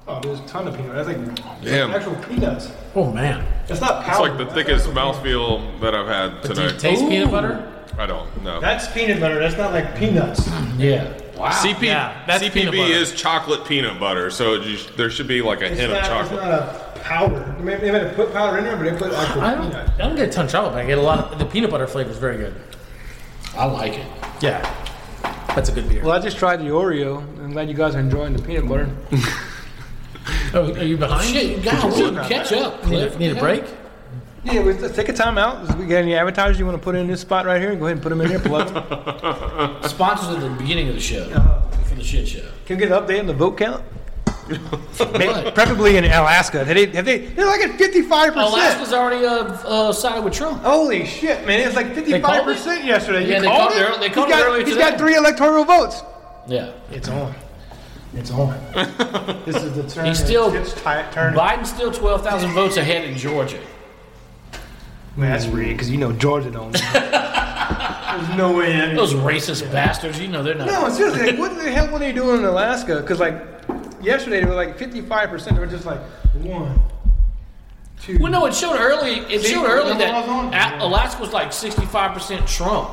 S10: Oh, there's a ton of peanut. That's like
S9: Damn.
S10: actual peanuts.
S12: Oh man,
S10: That's not
S9: It's
S10: powder.
S9: like the
S10: That's
S9: thickest
S10: actual peanut.
S9: mouthfeel that I've had
S12: but do you
S9: tonight.
S12: taste peanut butter?
S9: I don't know.
S10: That's peanut butter. That's not like peanuts.
S6: Yeah.
S9: CP,
S12: yeah, that's peanut
S9: CPB
S12: butter.
S9: is chocolate peanut butter, so you, sh- there should be like a
S10: It's
S9: hint
S10: not,
S9: of
S10: it's
S9: chocolate.
S10: not a powder. They may, they might have put powder in there, but they put actual
S12: I don't.
S10: peanut.
S12: I don't get a ton of chocolate, but I get a lot. Of, the peanut butter flavor is very good.
S6: I like it.
S12: Yeah, that's a good beer.
S10: I just tried the Oreo. I'm glad you guys are enjoying the peanut butter.
S12: Oh, are you behind?
S6: Shit, God, we catch up.
S12: Need,
S6: Cliff.
S12: a, need a break?
S10: Yeah, we, let's take a time out. If we got any advertisers you want to put in this spot right here, go ahead and put them in here. Plug 'em.
S6: Sponsors at the beginning of the show for the shit show.
S10: Can we get an update on the vote count? May- Preferably in Alaska. They, they, they, they're like at 55%.
S12: Oh,
S6: Alaska's already uh, uh, sided with Trump.
S10: Holy shit, man. It was like 55% yesterday.
S6: Yeah,
S10: you
S6: they
S10: called,
S6: called it ear-
S10: it?
S6: they called
S10: he's
S6: it
S10: got,
S6: earlier
S10: he's
S6: today.
S10: got three electoral votes.
S6: Yeah.
S10: It's on. It's on. this is the turn.
S6: He's still-
S10: It's ti- turn.
S6: Biden's still 12,000 votes ahead in Georgia.
S10: Man, that's rigged because you know Georgia don't. There's no way. that-
S6: Those racist bastards, you know they're not.
S10: No, seriously, like, what the hell were they doing in Alaska? Because like yesterday they were like 55 percent. They were just like one, two.
S6: Well, no, it showed early. It
S10: See,
S6: showed early
S10: that's what I
S6: that
S10: was on.
S6: A- Alaska was like sixty-five percent Trump.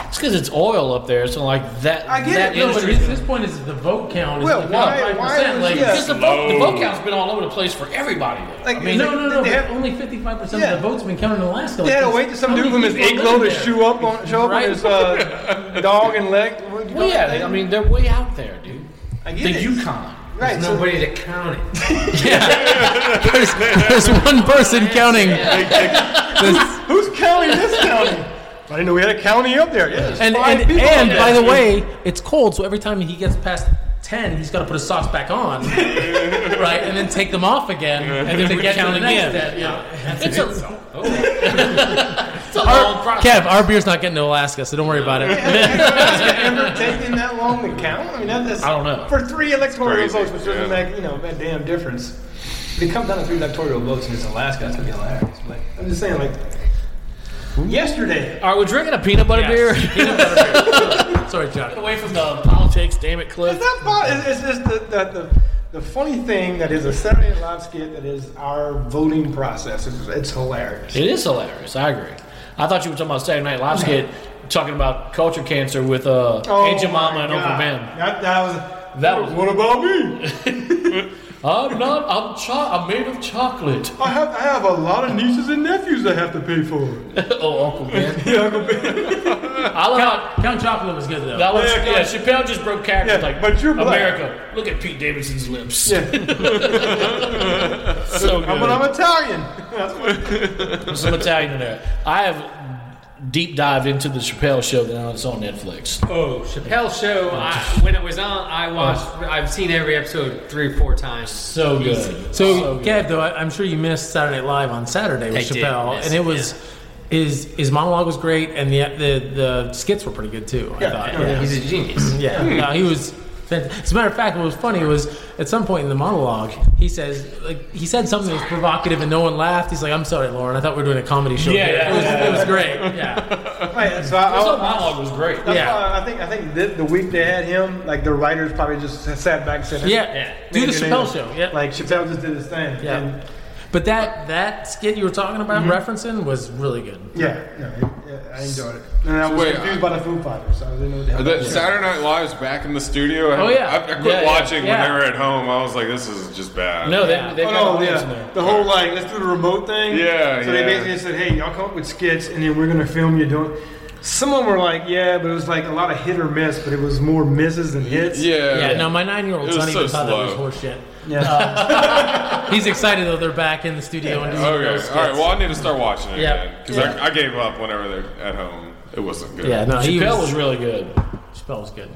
S6: It's because it's oil up there, so like that.
S10: I get
S6: that
S10: it, no, but
S12: But
S6: industry-
S12: his, his point is the vote count is
S10: Well,
S12: like
S10: why-
S12: not
S10: why
S12: 5%,
S10: was-
S12: like,
S10: yeah.
S6: Because the vote, the vote count's been all over the place for everybody. There.
S10: Like,
S6: I mean,
S12: No, no, no.
S10: They
S12: but
S10: have-
S12: only 55%
S10: Yeah.
S12: of the votes have been counted in Alaska.
S10: They had to
S12: Like,
S10: wait till some
S12: how
S10: dude
S12: many
S10: from his
S12: people
S10: igloo to
S12: live there?
S10: show up on show up
S12: Right.
S10: on his uh, dog and leg.
S6: well, yeah, they- I mean they're way out there, dude.
S10: I get
S6: The
S10: it.
S6: Yukon.
S10: right? So,
S12: Nobody to count it.
S13: There's, there's one person counting. This-
S10: who's counting this county? I didn't know we had a county up there. Yeah, there's
S12: And
S10: five
S12: and,
S10: people
S12: and
S10: up
S12: by the
S10: there.
S12: way, it's cold, so every time he gets past ten, he's got to put his socks back on, right, and then take them off again, and then we
S6: count
S12: count
S6: again.
S12: again. Yeah,
S6: It's a,
S12: Our- Kev, our beer's not getting to Alaska, so don't worry about it.
S10: ever taken that long to count? I mean, that- that's
S12: I don't know.
S10: For three electoral
S12: It's crazy,
S10: votes, which doesn't
S12: yeah.
S10: make you know that damn difference. If it comes down to three electoral votes and it's Alaska, that's gonna be hilarious. But I'm just saying, like yesterday.
S6: All right, we're drinking a peanut butter beer.
S12: Peanut butter beer. Sorry, John. Get away from the politics, damn it, Cliff.
S10: It's not fun. It's, it's just the, the, the, the funny thing that is a Saturday Night Live skit that is our voting process. It's, it's hilarious.
S6: It is hilarious. I agree. I thought you were talking about Saturday Night Live skit, talking about culture cancer with uh, Aunt Jemima
S10: Oh my
S6: and Uncle
S10: God.
S6: Ben.
S10: That, that was
S6: That was
S10: what about me?
S6: I'm not. I'm cho- I'm made of chocolate.
S10: I have I have a lot of nieces and nephews I have to pay for.
S6: oh, Uncle Ben.
S10: yeah, Uncle Ben.
S6: I love how-
S12: Count Chocolate was good though.
S6: uh, that was
S10: Yeah,
S6: yeah,
S10: yeah.
S6: Chappelle just broke character
S10: Yeah,
S6: like
S10: but you're black.
S6: America. Look at Pete Davidson's lips.
S10: Yeah.
S6: so good.
S10: I'm, but I'm Italian.
S6: Oh
S10: That's what-
S6: There's some Italian in there. I have deep dived into the Chappelle show that now it's on Netflix.
S11: Oh, Chappelle Show. I, when it was on, I watched. I've seen every episode three or four times.
S6: So good.
S12: So, Kev, though, I, I'm sure you missed Saturday Night Live on Saturday with
S11: I did
S12: Chappelle,
S11: miss
S12: and
S11: it,
S12: it was his his monologue was great, and the the, the skits were pretty good too. I thought
S11: he's a genius.
S12: Yeah,
S11: Hmm.
S12: no, he was. fan- As a matter of fact, what was funny was at some point in the monologue, he says like he said something that was provocative, and no one laughed. He's like, "I'm sorry, Lauren. I thought we were doing a comedy show."
S6: Yeah,
S12: here."
S6: yeah.
S12: It, was, it was great. Yeah,
S10: Right, so I,
S6: His
S10: I-
S6: whole monologue was great.
S10: That's
S12: Yeah.
S10: why I think I think the, the week they had him, like the writers probably just sat back and said,
S12: Yeah.
S10: "Hey,
S12: Yeah.
S10: man,
S12: Do the
S10: your
S12: Chappelle
S10: name."
S12: show, yeah.
S10: like Chappelle just did his thing.
S12: Yeah.
S10: and, Mm-hmm.
S12: but that that skit you were talking about referencing was really good.
S10: yeah, no, it- yeah, I enjoyed it. And I
S9: So
S10: was
S9: wait,
S10: confused by the Foo Fighters. So I didn't know what the hell that
S9: The
S10: was.
S9: Saturday Night Live's back in the studio. I,
S10: Oh, yeah.
S9: I, I quit
S10: Yeah, yeah,
S9: watching
S10: yeah.
S9: when they were at home. I was like, this is just bad.
S6: No, they, they
S10: oh,
S6: got
S10: no,
S6: audience
S10: yeah.
S6: in there.
S10: The whole like let's do the remote thing.
S9: Yeah,
S10: So they
S9: yeah.
S10: basically said, "Hey, y'all come up with skits, and then we're gonna film you doing." Some of them were like, "Yeah," but it was like a lot of hit or miss. But it was more misses than hits.
S12: Yeah, no, my nine year old
S10: It was
S12: son even
S10: so
S12: thought that was
S10: slow.
S12: horseshit.
S10: Yeah.
S12: Uh, he's excited though they're back in the studio and doing those
S9: Okay.
S12: skits.
S9: All right. Well, I need to start watching it
S12: Yeah.
S9: again because
S12: Yeah.
S9: I, I gave up whenever they're at home. It wasn't good.
S12: Yeah, no, he
S6: Chappelle
S12: was-
S6: was, really good,
S12: Chappelle was good.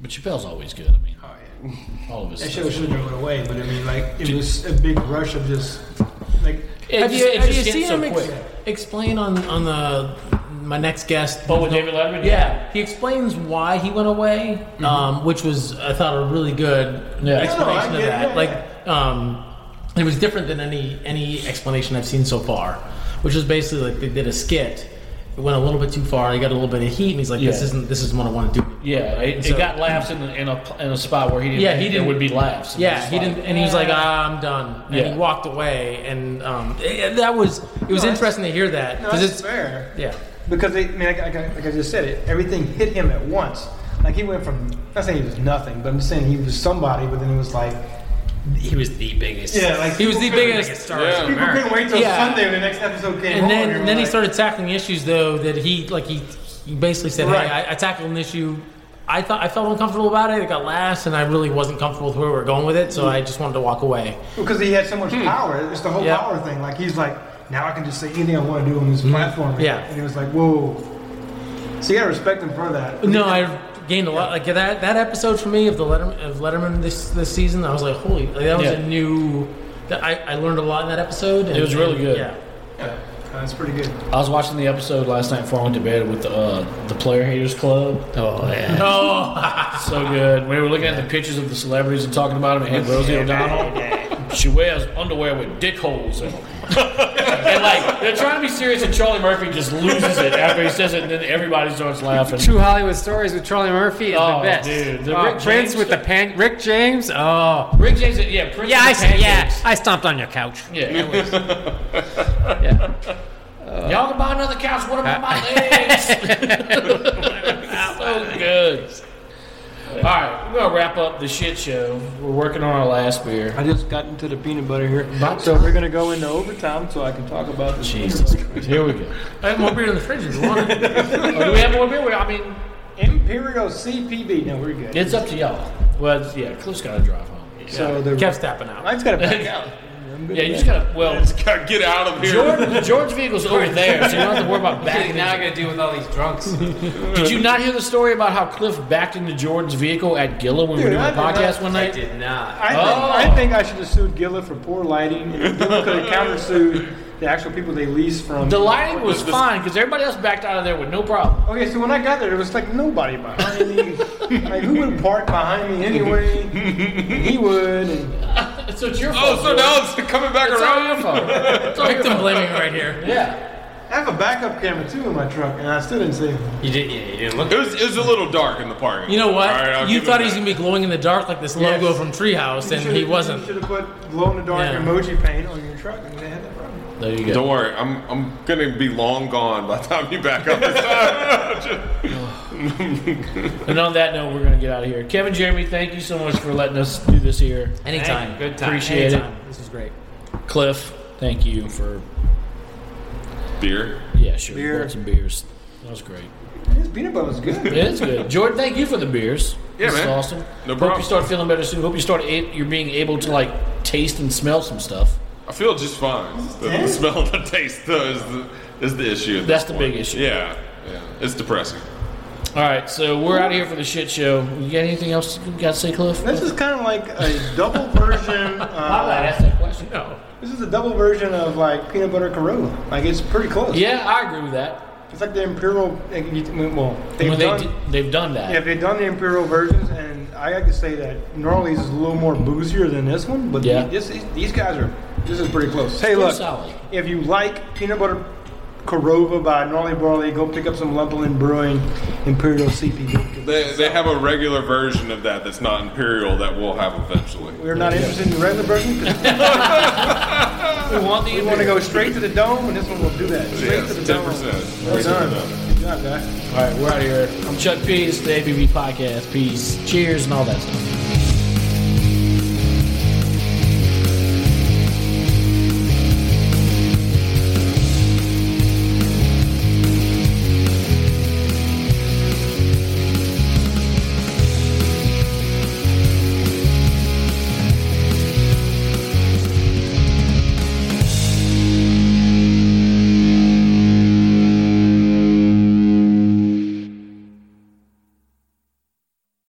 S6: but Chappelle's always good. I mean,
S12: Oh,
S6: all of his.
S10: That
S6: stuff.
S10: show should have went away, but I mean, like, it was a big rush of just like.
S6: It
S12: have you,
S6: just- it
S12: have
S6: just
S12: you
S6: gets
S12: seen
S6: so
S12: him ex-
S6: quick.
S12: explain on, on the my next guest?
S6: Oh, with David Letterman?
S12: Yeah. he explains why he went away, um, which was I thought a really good
S6: Yeah.
S12: explanation
S6: No, I
S12: of
S6: get-
S12: that.
S6: yeah,
S12: like, um, it was different than any any explanation I've seen so far, which was basically like they did a skit. It went a little bit too far. They got a little bit of heat, and he's like, "This
S6: Yeah.
S12: isn't this isn't what I want to do."
S6: Yeah, it,
S12: So-
S6: it got laughs in, in a in a spot where he didn't.
S12: Yeah, he
S6: think
S12: didn't-
S6: There would be laughs.
S12: Yeah,
S6: It's
S12: he
S6: like,
S12: didn't, and he was like,
S6: eh.
S12: ah, "I'm done," and
S6: Yeah.
S12: he walked away. And um, eh, that was it was
S10: No,
S12: interesting to hear that
S10: No,
S12: because
S10: that's
S12: it's
S10: fair.
S12: yeah.
S10: Because they, I mean, like, like, I- like I just said, it everything hit him at once. Like he went from not saying he was nothing, but I'm just saying he was somebody. But then it was like,
S11: He was the biggest.
S10: yeah, like
S12: He was
S10: people
S12: the
S10: couldn't-
S12: biggest
S11: star in
S10: People
S11: America.
S10: couldn't wait till
S12: Yeah.
S10: Sunday when the next episode came.
S12: and
S10: on,
S12: then
S10: you were
S12: then he
S10: like-
S12: started tackling issues though that he like he, he basically said,
S10: Right.
S12: "Hey, I, I tackled an issue. I thought I felt uncomfortable about it. It got laughs, and I really wasn't comfortable with where we were going with it. So I just wanted to walk away."
S10: because he had so much power. It's the whole
S12: Hmm. Yeah. Hmm.
S10: power thing. Like he's like, now I can just say anything I want to do on this platform.
S12: Yeah.
S10: and it was like, whoa. So you gotta respect him for that.
S12: No, I gained a lot. Like that that episode for me of the Letterman, of Letterman this this season, I was like, "Holy!" Like, that was
S6: Yeah.
S12: a new. That I, I learned a lot in that episode. and-
S6: was really good.
S12: Yeah.
S10: Uh, That's pretty good.
S6: I was watching the episode last night before I went to bed with the, uh, the Player Haters Club. Oh, yeah. Oh, so good. We were looking at the pictures of the celebrities and talking about them. And Rosie O'Donnell, she wears underwear with dick holes in them. and, like, they're trying to be serious, and Charlie Murphy just loses it after he says it, and then everybody starts laughing.
S11: True Hollywood Stories with Charlie Murphy is
S6: Oh,
S11: the best.
S6: dude, the
S11: Oh,
S6: Rick
S11: Prince
S6: James
S11: with the
S6: stuff.
S11: pan. Rick James. Oh.
S6: Rick James, yeah, Prince
S11: Yeah, I
S6: and the
S11: s- yeah.
S6: Pancakes.
S11: I stomped on your couch.
S6: Yeah.
S11: That was-
S6: Uh, Y'all can buy another couch. What about my legs? so good. All right, we're gonna wrap up the shit show. We're working on our last beer.
S10: I just got into the peanut butter here.
S6: About
S10: So we're gonna go into overtime so I can talk about the
S6: Jesus Christ. Here we go.
S12: I have more beer in the fridge if you want. it.
S6: Oh, do we have more beer? Well, I mean,
S10: Imperial CPB. No, we're good.
S6: it's up to y'all. Well, it's- yeah, Cliff's gotta drive home.
S10: So the
S12: Kev's tapping out.
S10: Mike's gotta back out.
S6: Yeah, you just gotta. Well,
S9: God, get out of here.
S6: George, George vehicle's over there, so you don't have to worry about
S11: Okay,
S6: backing.
S11: now I
S6: into-
S11: got to deal with all these drunks.
S6: Did you not hear the story about how Cliff backed into George's vehicle at Gila when we were
S10: Dude,
S6: doing
S10: I
S6: a
S10: did not-
S6: podcast one
S11: I
S6: night?
S11: did not.
S10: I think,
S6: Oh.
S10: I think I should have sued Gilla for poor lighting. and Gilla could have countersued the actual people they leased from.
S6: The lighting was fine because everybody else backed out of there with no problem.
S10: Okay, so when I got there, there was like nobody behind me. like who would park behind me anyway? he would. And...
S6: so it's your
S9: Oh, so now it's coming back around.
S12: Victim blaming right here.
S6: Yeah.
S10: I have a backup camera too in my truck, and I still didn't see him.
S9: You didn't. you didn't look. It was, it was a little dark in the parking.
S12: You know what?
S9: lot. All right, I'll
S12: you
S9: give it
S12: thought he was
S9: that.
S12: gonna be glowing in the dark like this
S10: Yes.
S12: logo from Treehouse, and he wasn't.
S10: Should have put glow in the dark
S12: Yeah.
S10: emoji paint on your truck, and they had that problem.
S6: There you
S9: Don't worry, I'm I'm gonna be long gone by the time you back up. This time.
S6: And on that note, we're going to get out of here. Kevin, Jeremy, thank you so much for letting us do this here.
S12: Anytime.
S11: Hey, good time.
S6: Appreciate
S12: Anytime. This was great.
S6: it. Cliff, thank you for,
S9: Beer.
S6: yeah, sure.
S10: Beer.
S6: bought Some beers. That was great.
S10: This peanut butter was good.
S6: Yeah, it's good. Jordan, thank you for the beers.
S9: Yeah,
S6: this is
S9: man.
S6: awesome.
S9: No
S6: Hope
S9: problem.
S6: you start feeling better soon. Hope you start a- you're being able to like taste and smell some stuff.
S9: I feel just fine. It's The, the smell, and the taste, though, is the is the issue. at
S6: That's
S9: this
S6: the
S9: point.
S6: big issue.
S9: Yeah, yeah. It's depressing.
S6: All right, so we're out of here for the shit show. You got anything else you got to say, Cliff?
S10: This is kind of like a double version.
S6: Why would I
S10: Uh,
S6: ask that question? No.
S10: this is a double version of like peanut butter Corolla. Like it's pretty close.
S6: Yeah, I agree with that.
S10: It's like the imperial. like, you- Well, they've
S6: when
S10: done.
S6: they d- they've done that.
S10: yeah, they've done the imperial versions, and I like to say that normally it's a little more boozier than this one, but
S6: Yeah.
S10: the- this is- these guys are. This is pretty close. Hey,
S6: Pretty
S10: look,
S6: solid.
S10: if you like peanut butter. Corova by Gnarly Barley. Go pick up some Lumpland Brewing Imperial CPB.
S9: They they have a regular version of that that's not imperial that we'll have eventually.
S10: We're not interested in the regular version. 'cause
S6: We want
S10: we
S6: the
S10: want to go straight to the dome, and this one will do that. Straight
S9: Yes,
S10: to the
S9: ten
S10: dome. Well done.
S9: percent.
S10: Good job, guys.
S6: All right, we're out of here. I'm Chuck Pease, the ABV Podcast. Peace. Cheers and all that stuff.